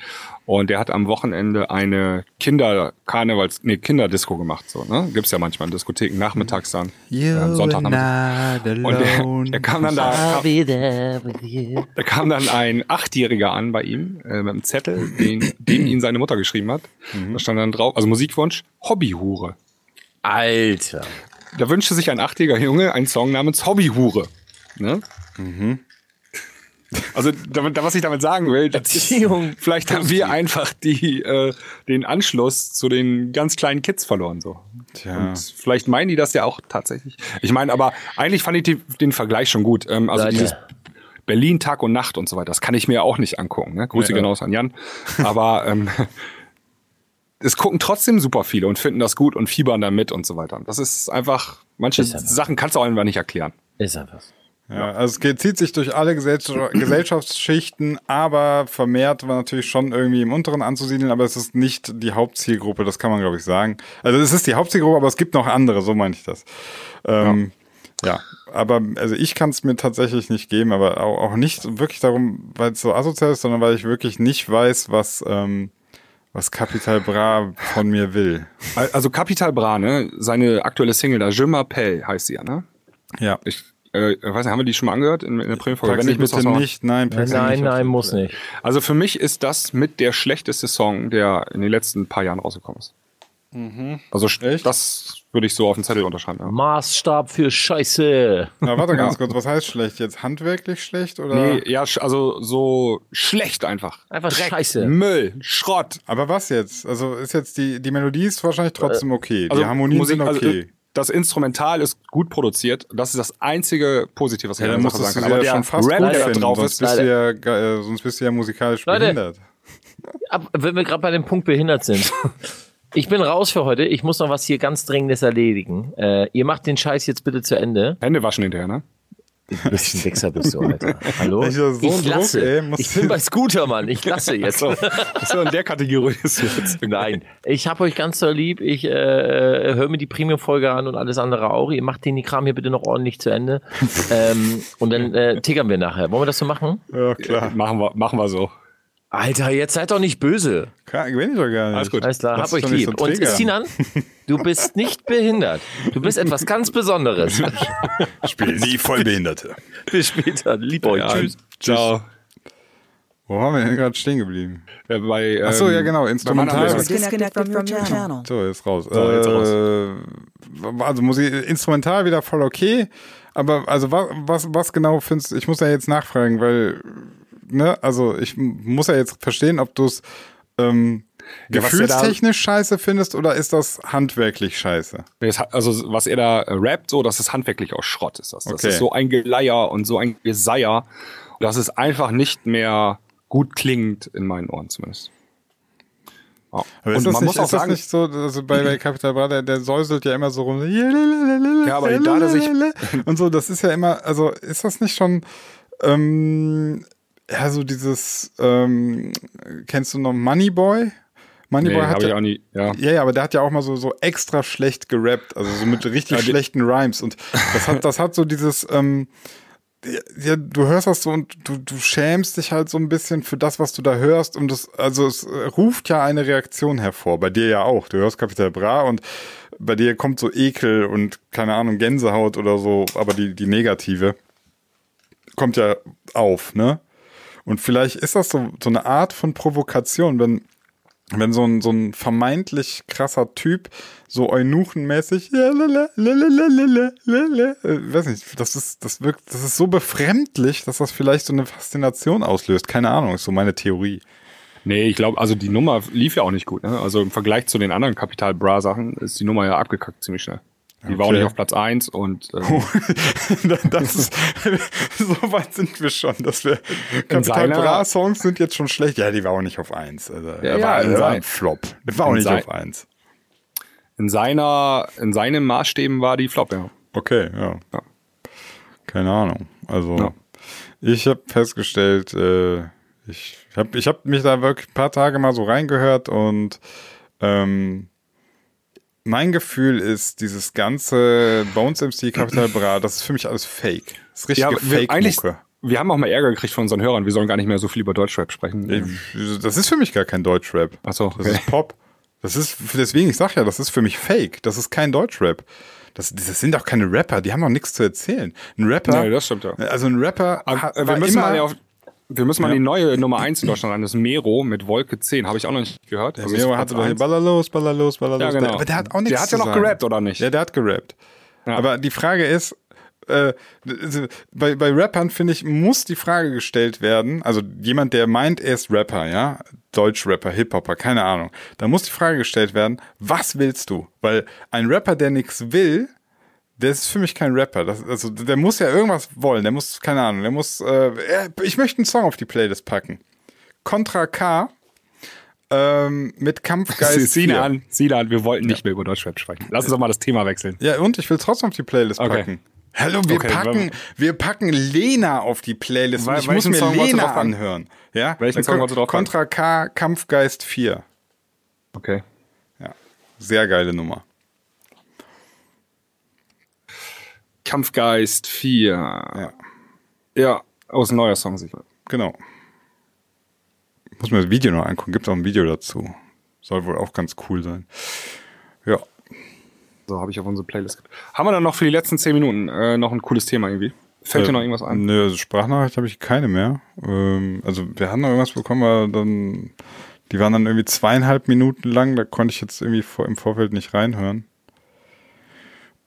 C: und der hat am Wochenende eine Kinderkarnevals, nee, Kinderdisco gemacht. So, ne? Gibt's ja manchmal in Diskotheken nachmittags dann. Äh, Sonntagnachmittag. Und der, der kam dann da.
B: Ah.
C: Kam, da kam dann ein Achtjähriger an bei ihm äh, mit einem Zettel, den, den ihm seine Mutter geschrieben hat.
B: Mhm.
C: Da stand dann drauf, also Musikwunsch, Hobbyhure.
B: Alter.
C: Da wünschte sich ein achtjähriger Junge einen Song namens Hobbyhure. Ne? Also, damit, da- was ich damit sagen will, das ist,
B: Erziehung.
C: vielleicht haben wir einfach die, äh, den Anschluss zu den ganz kleinen Kids verloren. So.
A: Tja.
C: Und vielleicht meinen die das ja auch tatsächlich. Ich meine, aber eigentlich fand ich die, den Vergleich schon gut. Ähm, also
B: Leute.
C: dieses Berlin Tag und Nacht und so weiter, das kann ich mir auch nicht angucken. Ne? Grüße genauso an Jan. Aber ähm, es gucken trotzdem super viele und finden das gut und fiebern damit und so weiter. Und das ist einfach, manche
B: ja so.
C: Sachen kannst du auch einfach nicht erklären.
B: Ist einfach so.
A: Ja, also es geht- zieht sich durch alle Gesellschaft Gesellschaftsschichten, aber vermehrt war natürlich schon irgendwie im unteren anzusiedeln, aber es ist nicht die Hauptzielgruppe, das kann man glaube ich sagen. Also es ist die Hauptzielgruppe, aber es gibt noch andere, so meine ich das. Ähm, ja. aber also ich kann es mir tatsächlich nicht geben, aber auch, auch nicht wirklich darum, weil es so asozial ist, sondern weil ich wirklich nicht weiß, was ähm, was Capital Bra von mir will.
C: Also Capital Bra, ne? seine aktuelle Single da, Je m'appelle heißt sie ja, ne?
A: Ja.
C: Ich äh, weiß nicht, haben wir die schon mal angehört in, in der Premium-Folge?
A: Taxi
C: muss das
A: bitte
C: noch mal-
A: nicht, nein, Taxi
B: Nein,
A: nicht.
B: nein, muss nicht.
C: Also für mich ist das mit der schlechteste Song, der in den letzten paar Jahren rausgekommen ist.
A: Mhm.
C: Also Echt? das würde ich so auf den Zettel unterschreiben. Ja.
B: Maßstab für Scheiße.
A: Na, warte ganz kurz, was heißt schlecht jetzt? Handwerklich schlecht oder?
C: Nee, ja, sch- also so schlecht einfach.
B: Einfach Scheiße.
C: Müll, Schrott.
A: Aber was jetzt? Also ist jetzt die, die Melodie ist wahrscheinlich trotzdem okay. Die
C: Also
A: Harmonien
C: Musik-
A: sind
C: also,
A: okay.
C: äh, das Instrumental ist gut produziert. Das ist das einzige Positive, was ich
A: ja, dann
C: an der Sache
A: musstest du sie
C: sagen kann. Aber
A: ja
C: der
A: schon fast
C: Rap,
A: gut
C: der da
A: finden,
C: drauf
A: sonst
C: ist,
A: bist, du ja, ge- äh, sonst bist du ja musikalisch
B: Leute.
A: behindert.
B: Ab, wenn wir gerade bei dem Punkt behindert sind. Ich bin raus für heute. Ich muss noch was hier ganz Dringendes erledigen. Äh, ihr macht den Scheiß jetzt bitte zu Ende.
C: Hände waschen hinterher, ne?
B: Bisschen Wichser bist du, Alter. Hallo?
A: Ich hab so einen Druck,
B: lasse.
A: ey, muss-
B: ich bin bei Scooter, Mann. Ich lasse jetzt.
C: So in der Kategorie ist jetzt.
B: Nein, ich hab euch ganz doll lieb. Ich äh, höre mir die Premium-Folge an und alles andere auch. Ihr macht den Kram hier bitte noch ordentlich zu Ende. ähm, und dann äh, tickern wir nachher. Wollen wir das so machen?
A: Ja, klar.
C: Machen wir, machen wir so.
B: Alter, jetzt seid doch nicht böse.
A: Kann, bin ich doch gar nicht.
C: Alles gut.
B: Alles klar,
A: Lass
B: hab
A: dich
B: euch
A: doch nicht
B: lieb.
A: so
B: und äh,
A: triggern.
B: Sinan, du bist nicht behindert. Du bist etwas ganz Besonderes.
E: Spielen die Vollbehinderte.
B: Bis später. Lieb euch.
C: Ja,
B: Tschüss.
C: Ciao.
A: Wo haben wir denn gerade stehen geblieben?
C: Äh, Bei,
A: Ach so,
C: ähm,
A: ja, genau,
C: bei
A: Instrumental.
C: meiner Anwesenheit.
I: Disconnected from your channel.
A: So, jetzt raus.
C: So, jetzt raus.
A: Äh, also Musik, instrumental wieder voll okay. Aber also was, was, was genau findest Ich muss ja jetzt nachfragen, weil, ne, also ich m- muss ja jetzt verstehen, ob du es ähm,
C: Ja, was der da-
A: Gefühlstechnisch scheiße findest oder ist das handwerklich scheiße?
C: Das hat- Also, was er da äh, rappt, so, das ist handwerklich auch Schrott, ist das. Das
A: Okay.
C: ist so ein Geleier und so ein Geseier. Das ist einfach nicht mehr gut klingend, in meinen Ohren zumindest. Ja.
A: Aber ist
C: Und
A: das
C: man
A: nicht,
C: muss auch
A: ist das
C: sagen,
A: nicht so, also bei, bei Capital Bra, der, der säuselt ja immer so rum.
C: Ja, aber da hat er sich-
A: Und so, das ist ja immer, also ist das nicht schon, ähm, ja, so dieses, ähm, kennst du noch Money Boy? Money
C: nee,
A: Boy
C: hab
A: hat
C: ich
A: ja,
C: auch nie, ja.
A: ja, ja, aber der hat ja auch mal so, so extra schlecht gerappt, also so mit richtig schlechten Rhymes. Und das hat, das hat so dieses, ähm, ja, du hörst das so und du, du schämst dich halt so ein bisschen für das, was du da hörst. Und das, also es äh, ruft ja eine Reaktion hervor. Bei dir ja auch. Du hörst Capital Bra und bei dir kommt so Ekel und keine Ahnung, Gänsehaut oder so, aber die, die negative kommt ja auf, ne? Und vielleicht ist das so, so eine Art von Provokation, wenn, wenn so ein, so ein vermeintlich krasser Typ so eunuchenmäßig, ja, lala, lala, lala, lala, äh, weiß nicht, das ist, das wirkt, das ist so befremdlich, dass das vielleicht so eine Faszination auslöst. Keine Ahnung, ist so meine Theorie.
C: Nee, ich glaube, also die Nummer lief ja auch nicht gut. Ne? Also im Vergleich zu den anderen Capital Bra Sachen ist die Nummer ja abgekackt ziemlich schnell. Die war auch
A: Okay.
C: nicht auf Platz eins und ähm,
A: das ist, so weit sind wir schon, dass wir Capital
C: seiner-
A: Bra Songs sind jetzt schon schlecht. Ja, die war auch nicht auf eins. Also, der
C: ja,
A: war,
C: in
A: der war
C: sein-
A: ein Flop. Der war auch
C: in
A: nicht
C: sein-
A: auf eins.
C: in seiner, in seinen Maßstäben war die Flop, ja.
A: Okay, ja.
C: Ja.
A: Keine Ahnung. Also,
C: Ja.
A: ich habe festgestellt, äh, ich habe ich hab mich da wirklich ein paar Tage mal so reingehört und ähm, mein Gefühl ist, dieses ganze Bones MC Capital Bra, das ist für mich alles Fake. Das ist richtige
C: aber wir, eigentlich,
A: Fake-Mucke.
C: wir haben auch mal Ärger gekriegt von unseren Hörern, wir sollen gar nicht mehr so viel über Deutschrap sprechen.
A: Ich- Das ist für mich gar kein Deutschrap.
C: Ach so,
A: Das
C: okay.
A: ist Pop. Das ist, deswegen, ich sag ja, das ist für mich Fake. Das ist kein Deutschrap. Das, das sind auch keine Rapper, die haben auch nichts zu erzählen. Ein Rapper.
C: Nee, das stimmt ja.
A: Also ein Rapper.
C: Aber,
A: hat-
C: äh, wir,
A: war
C: müssen
A: immer-
C: mal auf, wir müssen mal die neue Nummer eins in Deutschland an, das ist Mero mit Wolke 10, habe ich auch noch nicht gehört.
A: Der
C: Also
A: Mero
C: ist
A: hatte
C: Platz
A: doch hier
C: eins.
A: Ballerlos, Ballerlos, Ballerlos.
C: Ja, genau.
A: der, aber der hat auch
C: Der
A: nichts
C: hat
A: zu
C: ja noch
A: sagen.
C: gerappt, oder nicht?
A: Ja, der hat gerappt.
C: Ja.
A: Aber die Frage ist, äh, also bei, bei Rappern, finde ich, muss die Frage gestellt werden, also jemand, der meint, er ist Rapper, ja, Deutschrapper, Hip-Hopper, keine Ahnung, da muss die Frage gestellt werden, was willst du? Weil ein Rapper, der nichts will, der ist für mich kein Rapper. Das, also der muss ja irgendwas wollen. Der muss, keine Ahnung, der muss, äh, äh, ich möchte einen Song auf die Playlist packen. Contra K ähm, mit
C: Sie-
A: Kampfgeist.
C: Sieh ihn
A: 4.
C: an, sieh ihn an, wir wollten nicht mehr über Deutschrap sprechen. Lass uns doch mal das Thema wechseln.
A: Ja, und ich will trotzdem auf die Playlist
C: Okay.
A: packen. Hallo, wir
C: Okay,
A: packen,
C: warum-
A: wir packen Lena auf die Playlist. und
C: Wel-
A: ich muss
C: welchen
A: mir
C: Song wolltest du
A: Lena
C: drauf packen?
A: anhören. Ja?
C: Welchen
A: Dann
C: Song
A: kommt
C: wolltest du drauf packen?
A: Contra K, Kampfgeist 4.
C: Okay.
A: Ja. Sehr geile Nummer.
C: Kampfgeist 4. Ja. Ja, aus neuer Song sicher.
A: Genau. Muss mir das Video noch angucken. Gibt auch ein Video dazu. Soll wohl auch ganz cool sein. Ja.
C: So habe ich auf unsere Playlist. ge- Haben wir dann noch für die letzten 10 Minuten äh, noch ein cooles Thema irgendwie? Fällt dir noch irgendwas ein?
A: Äh, Nö, also Sprachnachricht habe ich keine mehr. Ähm, also wir hatten noch irgendwas bekommen, aber dann, die waren dann irgendwie zweieinhalb Minuten lang, da konnte ich jetzt irgendwie vor, im Vorfeld nicht reinhören.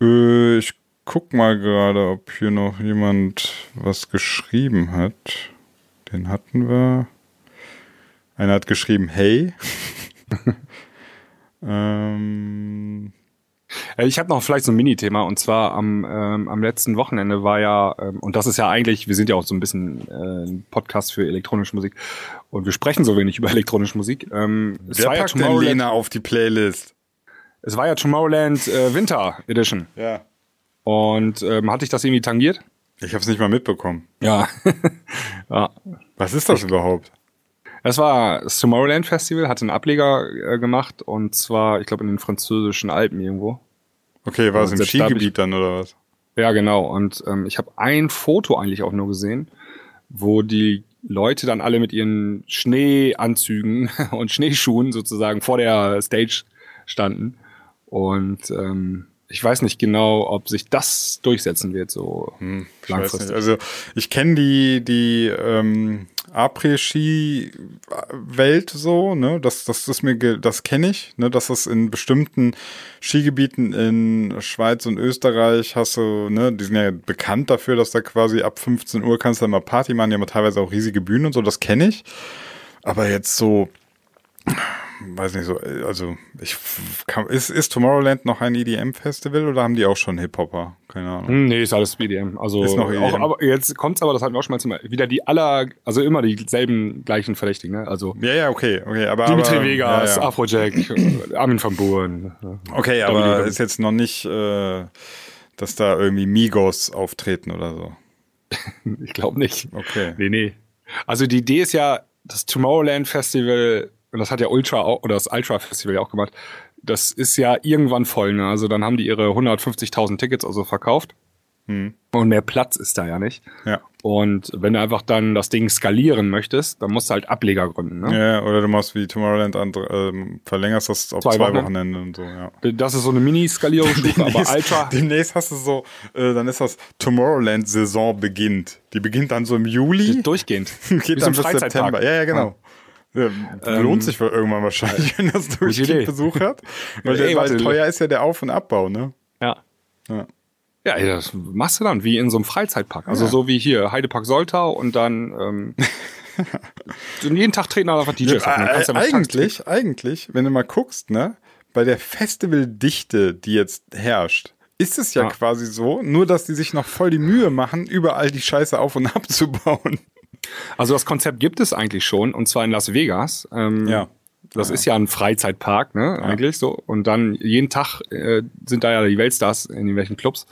A: Äh, ich guck mal gerade, ob hier noch jemand was geschrieben hat. Den hatten wir. Einer hat geschrieben, hey. ähm,
C: Äh, Ich habe noch vielleicht so ein Mini-Thema und zwar am, ähm, am letzten Wochenende war ja, ähm, und das ist ja eigentlich, wir sind ja auch so ein bisschen äh, ein Podcast für elektronische Musik und wir sprechen so wenig über elektronische Musik. Ähm, es,
A: wer
C: war ja
A: packt denn
C: Tomorrowland-
A: Lena auf die Playlist?
C: es war ja Tomorrowland äh, Winter Edition
A: Ja.
C: und ähm, hatte ich das irgendwie tangiert?
A: Ich habe es nicht mal mitbekommen.
C: Ja. ja.
A: Was ist das überhaupt?
C: Das war das Tomorrowland Festival, hat einen Ableger äh, gemacht und zwar, ich glaube, in den französischen Alpen irgendwo.
A: Okay, war es
C: Ja,
A: im
C: selbst da hab
A: Skigebiet dann oder was?
C: Ja, genau. Und ähm, ich habe ein Foto eigentlich auch nur gesehen, wo die Leute dann alle mit ihren Schneeanzügen und Schneeschuhen sozusagen vor der Stage standen. Und ähm, ich weiß nicht genau, ob sich das durchsetzen wird, so
A: Ich weiß nicht.
C: langfristig.
A: Also ich kenne die, die ähm, Après-Ski-Welt so, ne? Das, das ist mir, ge- das kenne ich, ne? Dass das in bestimmten Skigebieten in Schweiz und Österreich hast du, ne, die sind ja bekannt dafür, dass da quasi ab 15 Uhr kannst du immer Party machen, die haben teilweise auch riesige Bühnen und so, das kenne ich. Aber jetzt so, weiß nicht so, äh, also ich kann, ist, ist Tomorrowland noch ein EDM-Festival oder haben die auch schon Hip-Hopper? Keine Ahnung.
C: Hm, Nee, ist alles BDM. Also
A: Ist noch
C: Auch,
A: EDM.
C: aber jetzt kommt's aber, das hatten wir auch schon mal zum- wieder die aller, also immer dieselben gleichen Verdächtigen, ne? Also
A: Ja, ja, okay, okay, aber.
C: Dimitri
A: aber,
C: Vegas,
A: ja, ja.
C: Afrojack, äh, Armin van Buuren. ne?
A: Okay,
C: Dominik
A: aber
C: Dominic.
A: ist jetzt noch nicht, äh, dass da irgendwie Migos auftreten oder so.
C: Ich glaube nicht.
A: Okay.
C: Nee, nee. Also die Idee ist ja, das Tomorrowland Festival, und das hat ja Ultra auch, oder das Ultra Festival ja auch gemacht, das ist ja irgendwann voll. Ne? Also dann haben die ihre 150.000 Tickets also verkauft.
A: Hm.
C: Und mehr Platz ist da ja nicht.
A: Ja.
C: Und wenn du einfach dann das Ding skalieren möchtest, dann musst du halt Ableger gründen. Ne?
A: Ja, oder du machst wie Tomorrowland andre- ähm, verlängerst das auf zwei,
C: Zwei Wochen.
A: Wochenende und so, ja.
C: Das ist so eine Mini-Skalierungsstufe, aber Ultra.
A: demnächst hast du so, äh, dann ist das Tomorrowland-Saison beginnt. Die beginnt dann so im Juli,
C: Durchgehend. Wie
A: geht dann
C: so ein
A: bis
C: Freizeitpark. Ähm,
A: September. Ja, ja, genau. Ja, lohnt sich wohl irgendwann wahrscheinlich, wenn das
C: Idee.
A: durchgehend Besuch hat. Weil, der,
C: Ey,
A: weil
C: warte.
A: teuer ist ja der Auf- und Abbau, ne?
C: Ja.
A: Ja.
C: Ja. Ja, ey, das machst du dann wie in so einem Freizeitpark. Also so wie hier Heidepark Soltau und dann ähm, und jeden Tag treten da einfach DJs auf. Man kann's
A: Äh,
C: ja mit
A: eigentlich, eigentlich, wenn du mal guckst, ne, bei der Festivaldichte, die jetzt herrscht, ist es ja,
C: Ja.
A: quasi so, nur dass die sich noch voll die Mühe machen, überall die Scheiße auf und abzubauen.
C: Takt- Also das Konzept gibt es eigentlich schon und zwar in Las Vegas. Ähm,
A: Ja.
C: Das ist ja ein Freizeitpark, ne, eigentlich so. Und dann jeden Tag äh, sind da ja die Weltstars in irgendwelchen Clubs.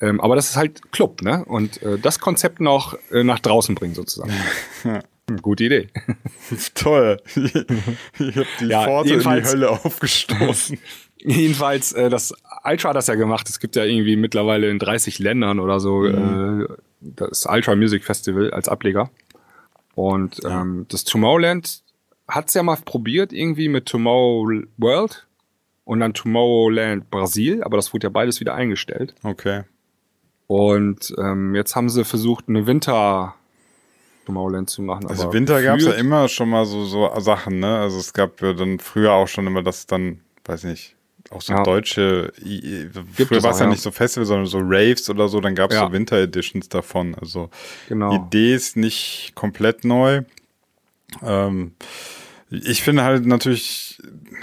C: Ähm, aber das ist halt Club, ne? Und äh, das Konzept noch äh, nach draußen bringen sozusagen. Gute Idee.
A: Toll. Ich habe die
C: Ja,
A: Pforte in die
C: jedenfalls-
A: Hölle aufgestoßen.
C: Jedenfalls, äh, das Ultra hat das ja gemacht. Es gibt ja irgendwie mittlerweile in 30 Ländern oder so
A: Mhm.
C: äh, das Ultra Music Festival als Ableger. Und ähm, das Tomorrowland hat's ja mal probiert, irgendwie mit Tomorrow World und dann Tomorrowland Brasil, aber das wurde ja beides wieder eingestellt.
A: Okay.
C: Und ähm, jetzt haben sie versucht, eine Winter Tomorrowland zu machen.
A: Also
C: aber
A: Winter gab es ja
C: gefühlt-
A: immer schon mal so, so Sachen, ne? Also es gab ja dann früher auch schon immer das dann, weiß nicht, auch so
C: Ja.
A: deutsche, i- i- früher
C: es
A: war es
C: auch,
A: ja
C: ja.
A: nicht so Festival, sondern so Raves oder so, dann gab es
C: Ja.
A: so Winter Editions davon. Also
C: Genau.
A: die Idee ist nicht komplett neu. Ähm, ich finde halt natürlich,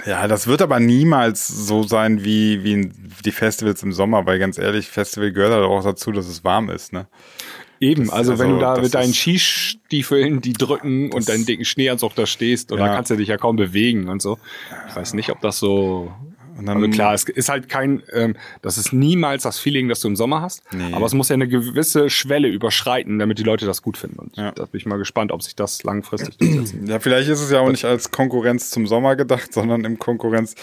A: ja, das wird aber niemals so sein wie, wie in- die Festivals im Sommer, weil ganz ehrlich, Festival gehört halt auch dazu, dass es warm ist, ne?
C: Eben,
A: Das-
C: also, wenn
A: also
C: du da
A: das
C: mit deinen
A: ist-
C: Skistiefeln, die drücken und deinen dicken Schneeanzug da stehst und
A: Ja.
C: dann kannst du dich ja kaum bewegen und so. Ich weiß nicht, ob das so.
A: Und dann-
C: also klar, es ist halt kein, ähm, das ist niemals das Feeling, das du im Sommer hast, aber es muss ja eine gewisse Schwelle überschreiten, damit die Leute das gut finden. Und da bin ich mal gespannt, ob sich das langfristig durchsetzt.
A: Ja, vielleicht ist es ja auch nicht als Konkurrenz zum Sommer gedacht, sondern im Konkurrenz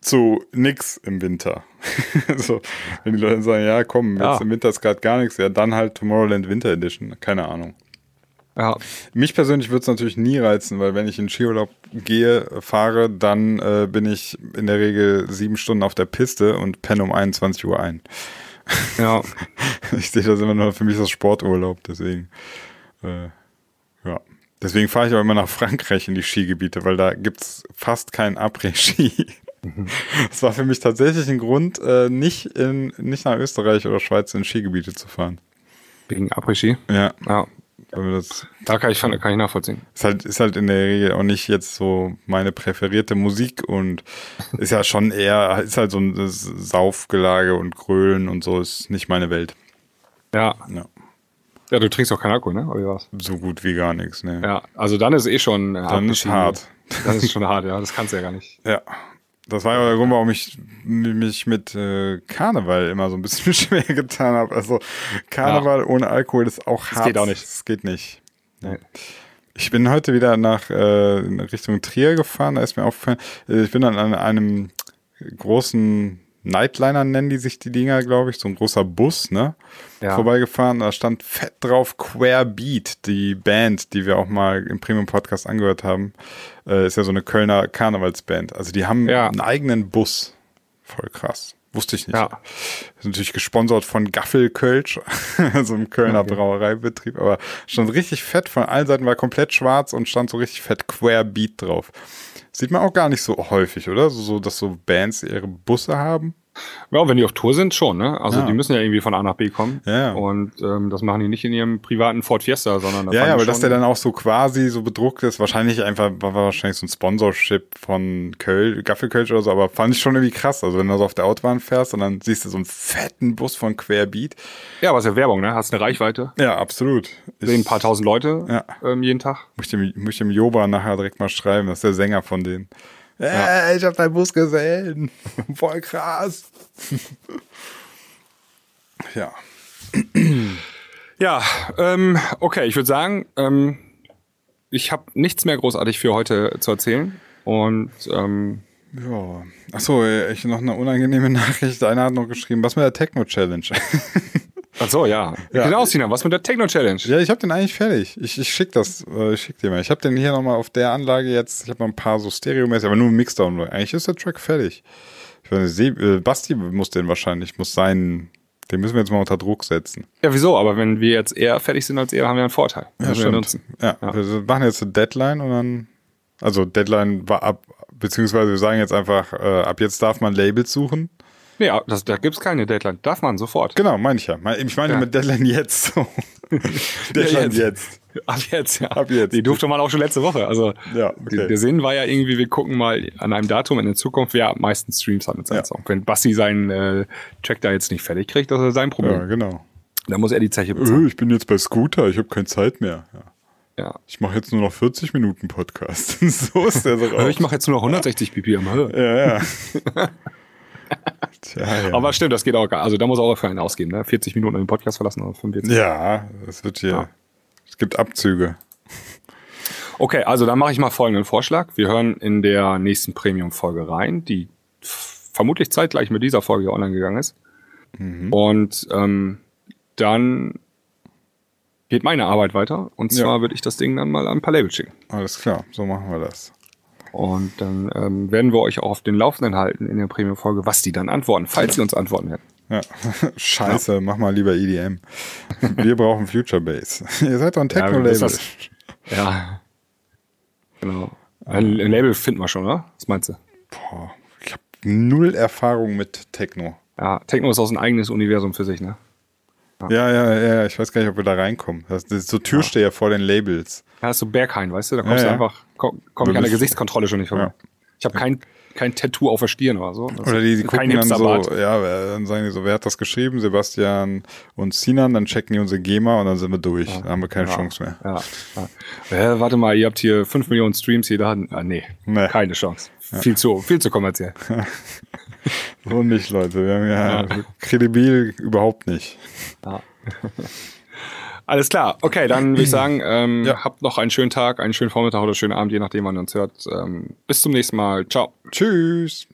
A: zu nix im Winter. so, wenn die Leute sagen, ja, komm, jetzt
C: Ja.
A: im Winter ist gerade gar nichts, ja, dann halt Tomorrowland Winter Edition, keine Ahnung.
C: Ja.
A: Mich persönlich würde es natürlich nie reizen, weil wenn ich in Skiurlaub gehe, fahre, dann äh, bin ich in der Regel sieben Stunden auf der Piste und penne um 21 Uhr ein.
C: ja.
A: Ich sehe das immer nur, für mich ist das Sporturlaub, deswegen. Äh, ja. Deswegen fahre ich auch immer nach Frankreich in die Skigebiete, weil da gibt es fast keinen Après-Ski. Das war für mich tatsächlich ein Grund, äh, nicht, in, nicht nach Österreich oder Schweiz in Skigebiete zu fahren.
C: Wegen Après-Ski.
A: Ja.
C: Ja.
A: Weil mir das
C: Da kann ich, kann ich nachvollziehen.
A: ist halt, ist halt in der Regel auch nicht jetzt so meine präferierte Musik und ist ja schon eher, ist halt so ein das Saufgelage und Grölen und so, ist nicht meine Welt.
C: Ja.
A: Ja.
C: Ja, du trinkst auch keinen Alkohol, ne? Oder wie war's?
A: So gut wie gar nichts, ne?
C: Ja, also dann ist eh schon. äh,
A: Dann ist
C: Après-Ski.
A: hart.
C: Dann ist schon hart, ja. Das kannst du ja gar nicht.
A: Ja. Das war ja der Grund, warum ich m- mich mit äh, Karneval immer so ein bisschen schwer getan habe. Also Karneval ohne Alkohol ist auch hart.
C: geht auch nicht.
A: Das geht nicht.
C: Nee.
A: Ich bin heute wieder nach äh, in Richtung Trier gefahren. Da ist mir aufgefallen, äh, ich bin dann an einem großen Nightliner, nennen die sich die Dinger, glaube ich. So ein großer Bus, ne?
C: Ja.
A: Vorbeigefahren. Da stand fett drauf Queer Beat, die Band, die wir auch mal im Premium-Podcast angehört haben. Äh, ist ja so eine Kölner Karnevalsband. Also die haben
C: Ja.
A: einen eigenen Bus. Voll krass. Wusste ich nicht.
C: Ja.
A: Ist natürlich gesponsert von Gaffel Kölsch, also einem Kölner Brauereibetrieb, aber stand richtig fett von allen Seiten, war komplett schwarz und stand so richtig fett Querbeat drauf. Sieht man auch gar nicht so häufig, oder? So, so dass so Bands ihre Busse haben.
C: Ja, wenn die auf Tour sind, schon, ne? Also
A: Ja.
C: die müssen ja irgendwie von A nach B kommen.
A: Ja.
C: Und ähm, das machen die nicht in ihrem privaten Ford Fiesta, sondern
A: Ja,
C: da fahren
A: ja,
C: die
A: aber dass
C: schon-
A: der dann auch so quasi so bedruckt ist, wahrscheinlich einfach, war wahrscheinlich so ein Sponsorship von Köln, Gaffelkölsch oder so, aber fand ich schon irgendwie krass. Also wenn du so auf der Autobahn fährst und dann siehst du so einen fetten Bus von Querbeat.
C: Ja, aber ist ja Werbung, ne? Hast eine Reichweite.
A: Ja, absolut. Ich
C: Sehen ein paar tausend Leute
A: Ja.
C: ähm, jeden Tag.
A: möchte, dem- möchte dem Joba nachher direkt mal schreiben, das ist der Sänger von denen. Äh, ich hab deinen Bus gesehen. Voll krass. ja.
C: Ja, ähm, okay, ich würde sagen, ähm, ich habe nichts mehr großartig für heute zu erzählen. Und ähm,
A: Ja. Achso, äh, ich noch eine unangenehme Nachricht. Einer hat noch geschrieben, was mit der Techno-Challenge?
C: ach so, ja.
A: Ja.
C: Genau, Sinan, was mit der Techno-Challenge?
A: ja, ich habe den eigentlich fertig. Ich, ich schick das, äh, ich schick dir mal. Ich habe den hier nochmal auf der Anlage jetzt, ich habe noch ein paar so stereomäßig, aber nur Mixdown. Eigentlich ist der Track fertig. Ich weiß nicht, Seb- äh, Basti muss den wahrscheinlich, muss seinen, den müssen wir jetzt mal unter Druck setzen.
C: Ja, wieso? Aber wenn wir jetzt eher fertig sind als ihr, haben wir einen Vorteil.
A: Ja,
C: Wir
A: stimmt.
C: nutzen.
A: Ja,
C: Ja.
A: wir machen jetzt eine Deadline und dann, also Deadline war ab, beziehungsweise wir sagen jetzt einfach, äh, ab jetzt darf man Labels suchen.
C: Ja, das, da gibt's keine Deadline. Darf man sofort.
A: Genau, meine ich ja. Mein- Ich meine
C: Ja.
A: mit Deadline jetzt. So. Deadline
C: jetzt.
A: jetzt.
C: Ab jetzt, ja.
A: Ab jetzt.
C: Die durfte man auch schon letzte Woche. Also
A: Ja, okay.
C: die- der Sinn war ja irgendwie, wir gucken mal an einem Datum in der Zukunft, wer am meisten Streams hat mit seinem
A: Ja.
C: Song. Wenn Basti seinen äh, Track da jetzt nicht fertig kriegt, das ist sein Problem.
A: Ja, genau.
C: Dann muss er die Zeche bezahlen.
A: Öh, ich bin jetzt bei Scooter, ich habe keine Zeit mehr. Ja.
C: Ja.
A: Ich mache jetzt nur noch 40 Minuten Podcast. so ist der so
C: Äh,
A: raus.
C: Ich mache jetzt nur noch 160 BPM. Äh.
A: ja, ja. Tja, ja.
C: Aber stimmt, das geht auch gar Also da muss auch für einen ausgeben. Ne? 40 Minuten den Podcast verlassen oder 45.
A: ja, es wird hier.
C: Ja.
A: Es gibt Abzüge.
C: Okay, also dann mache ich mal folgenden Vorschlag. Wir hören in der nächsten Premium-Folge rein, die f- vermutlich zeitgleich mit dieser Folge hier online gegangen ist. Und ähm, dann geht meine Arbeit weiter. Und
A: Ja.
C: zwar würde ich das Ding dann mal an ein paar Labels schicken.
A: Alles klar, so machen wir das.
C: Und dann ähm, werden wir euch auch auf den Laufenden halten in der Premium-Folge, was die dann antworten, falls sie uns antworten werden.
A: Ja. Scheiße, mach mal lieber EDM. Wir brauchen Future Bass. Ihr seid doch ein
C: wir
A: Techno-Label.
C: müssen das- Ja. Genau. Ein ein Label finden wir schon, oder? Was meinst du?
A: Boah, Oh, ich habe null Erfahrung mit Techno.
C: Ja, Techno ist auch ein eigenes Universum für sich, ne?
A: Ja, ja, ja, ich weiß gar nicht, ob wir da reinkommen. Das das ist so Türsteher vor den Labels.
C: Da hast du Berghain, weißt du? Da kommst
A: Ja,
C: du
A: ja.
C: einfach, komm, komm ich an der Gesichtskontrolle schon nicht vorbei.
A: Ja.
C: Ich habe kein, kein Tattoo auf der Stirn oder so. Das
A: Oder die, die
C: ist
A: gucken
C: kein
A: dann so,
C: Hipsterbart.
A: ja, wer- dann sagen die so, wer hat das geschrieben? Sebastian und Sinan, dann checken die unsere GEMA und dann sind wir durch. Dann haben wir keine Chance mehr.
C: Ja, ja. Äh, warte mal, ihr habt hier 5 Millionen Streams, jeder hat. Ah, nee,
A: Nee.
C: keine Chance. Viel, zu, viel zu kommerziell.
A: So nicht, Leute. Wir haben ja, kredibil überhaupt nicht.
C: Alles klar, okay, dann würde ich sagen, ähm,
A: Ja.
C: habt noch einen schönen Tag, einen schönen Vormittag oder schönen Abend, je nachdem, wann ihr uns hört. Ähm, bis zum nächsten Mal. Ciao.
A: Tschüss.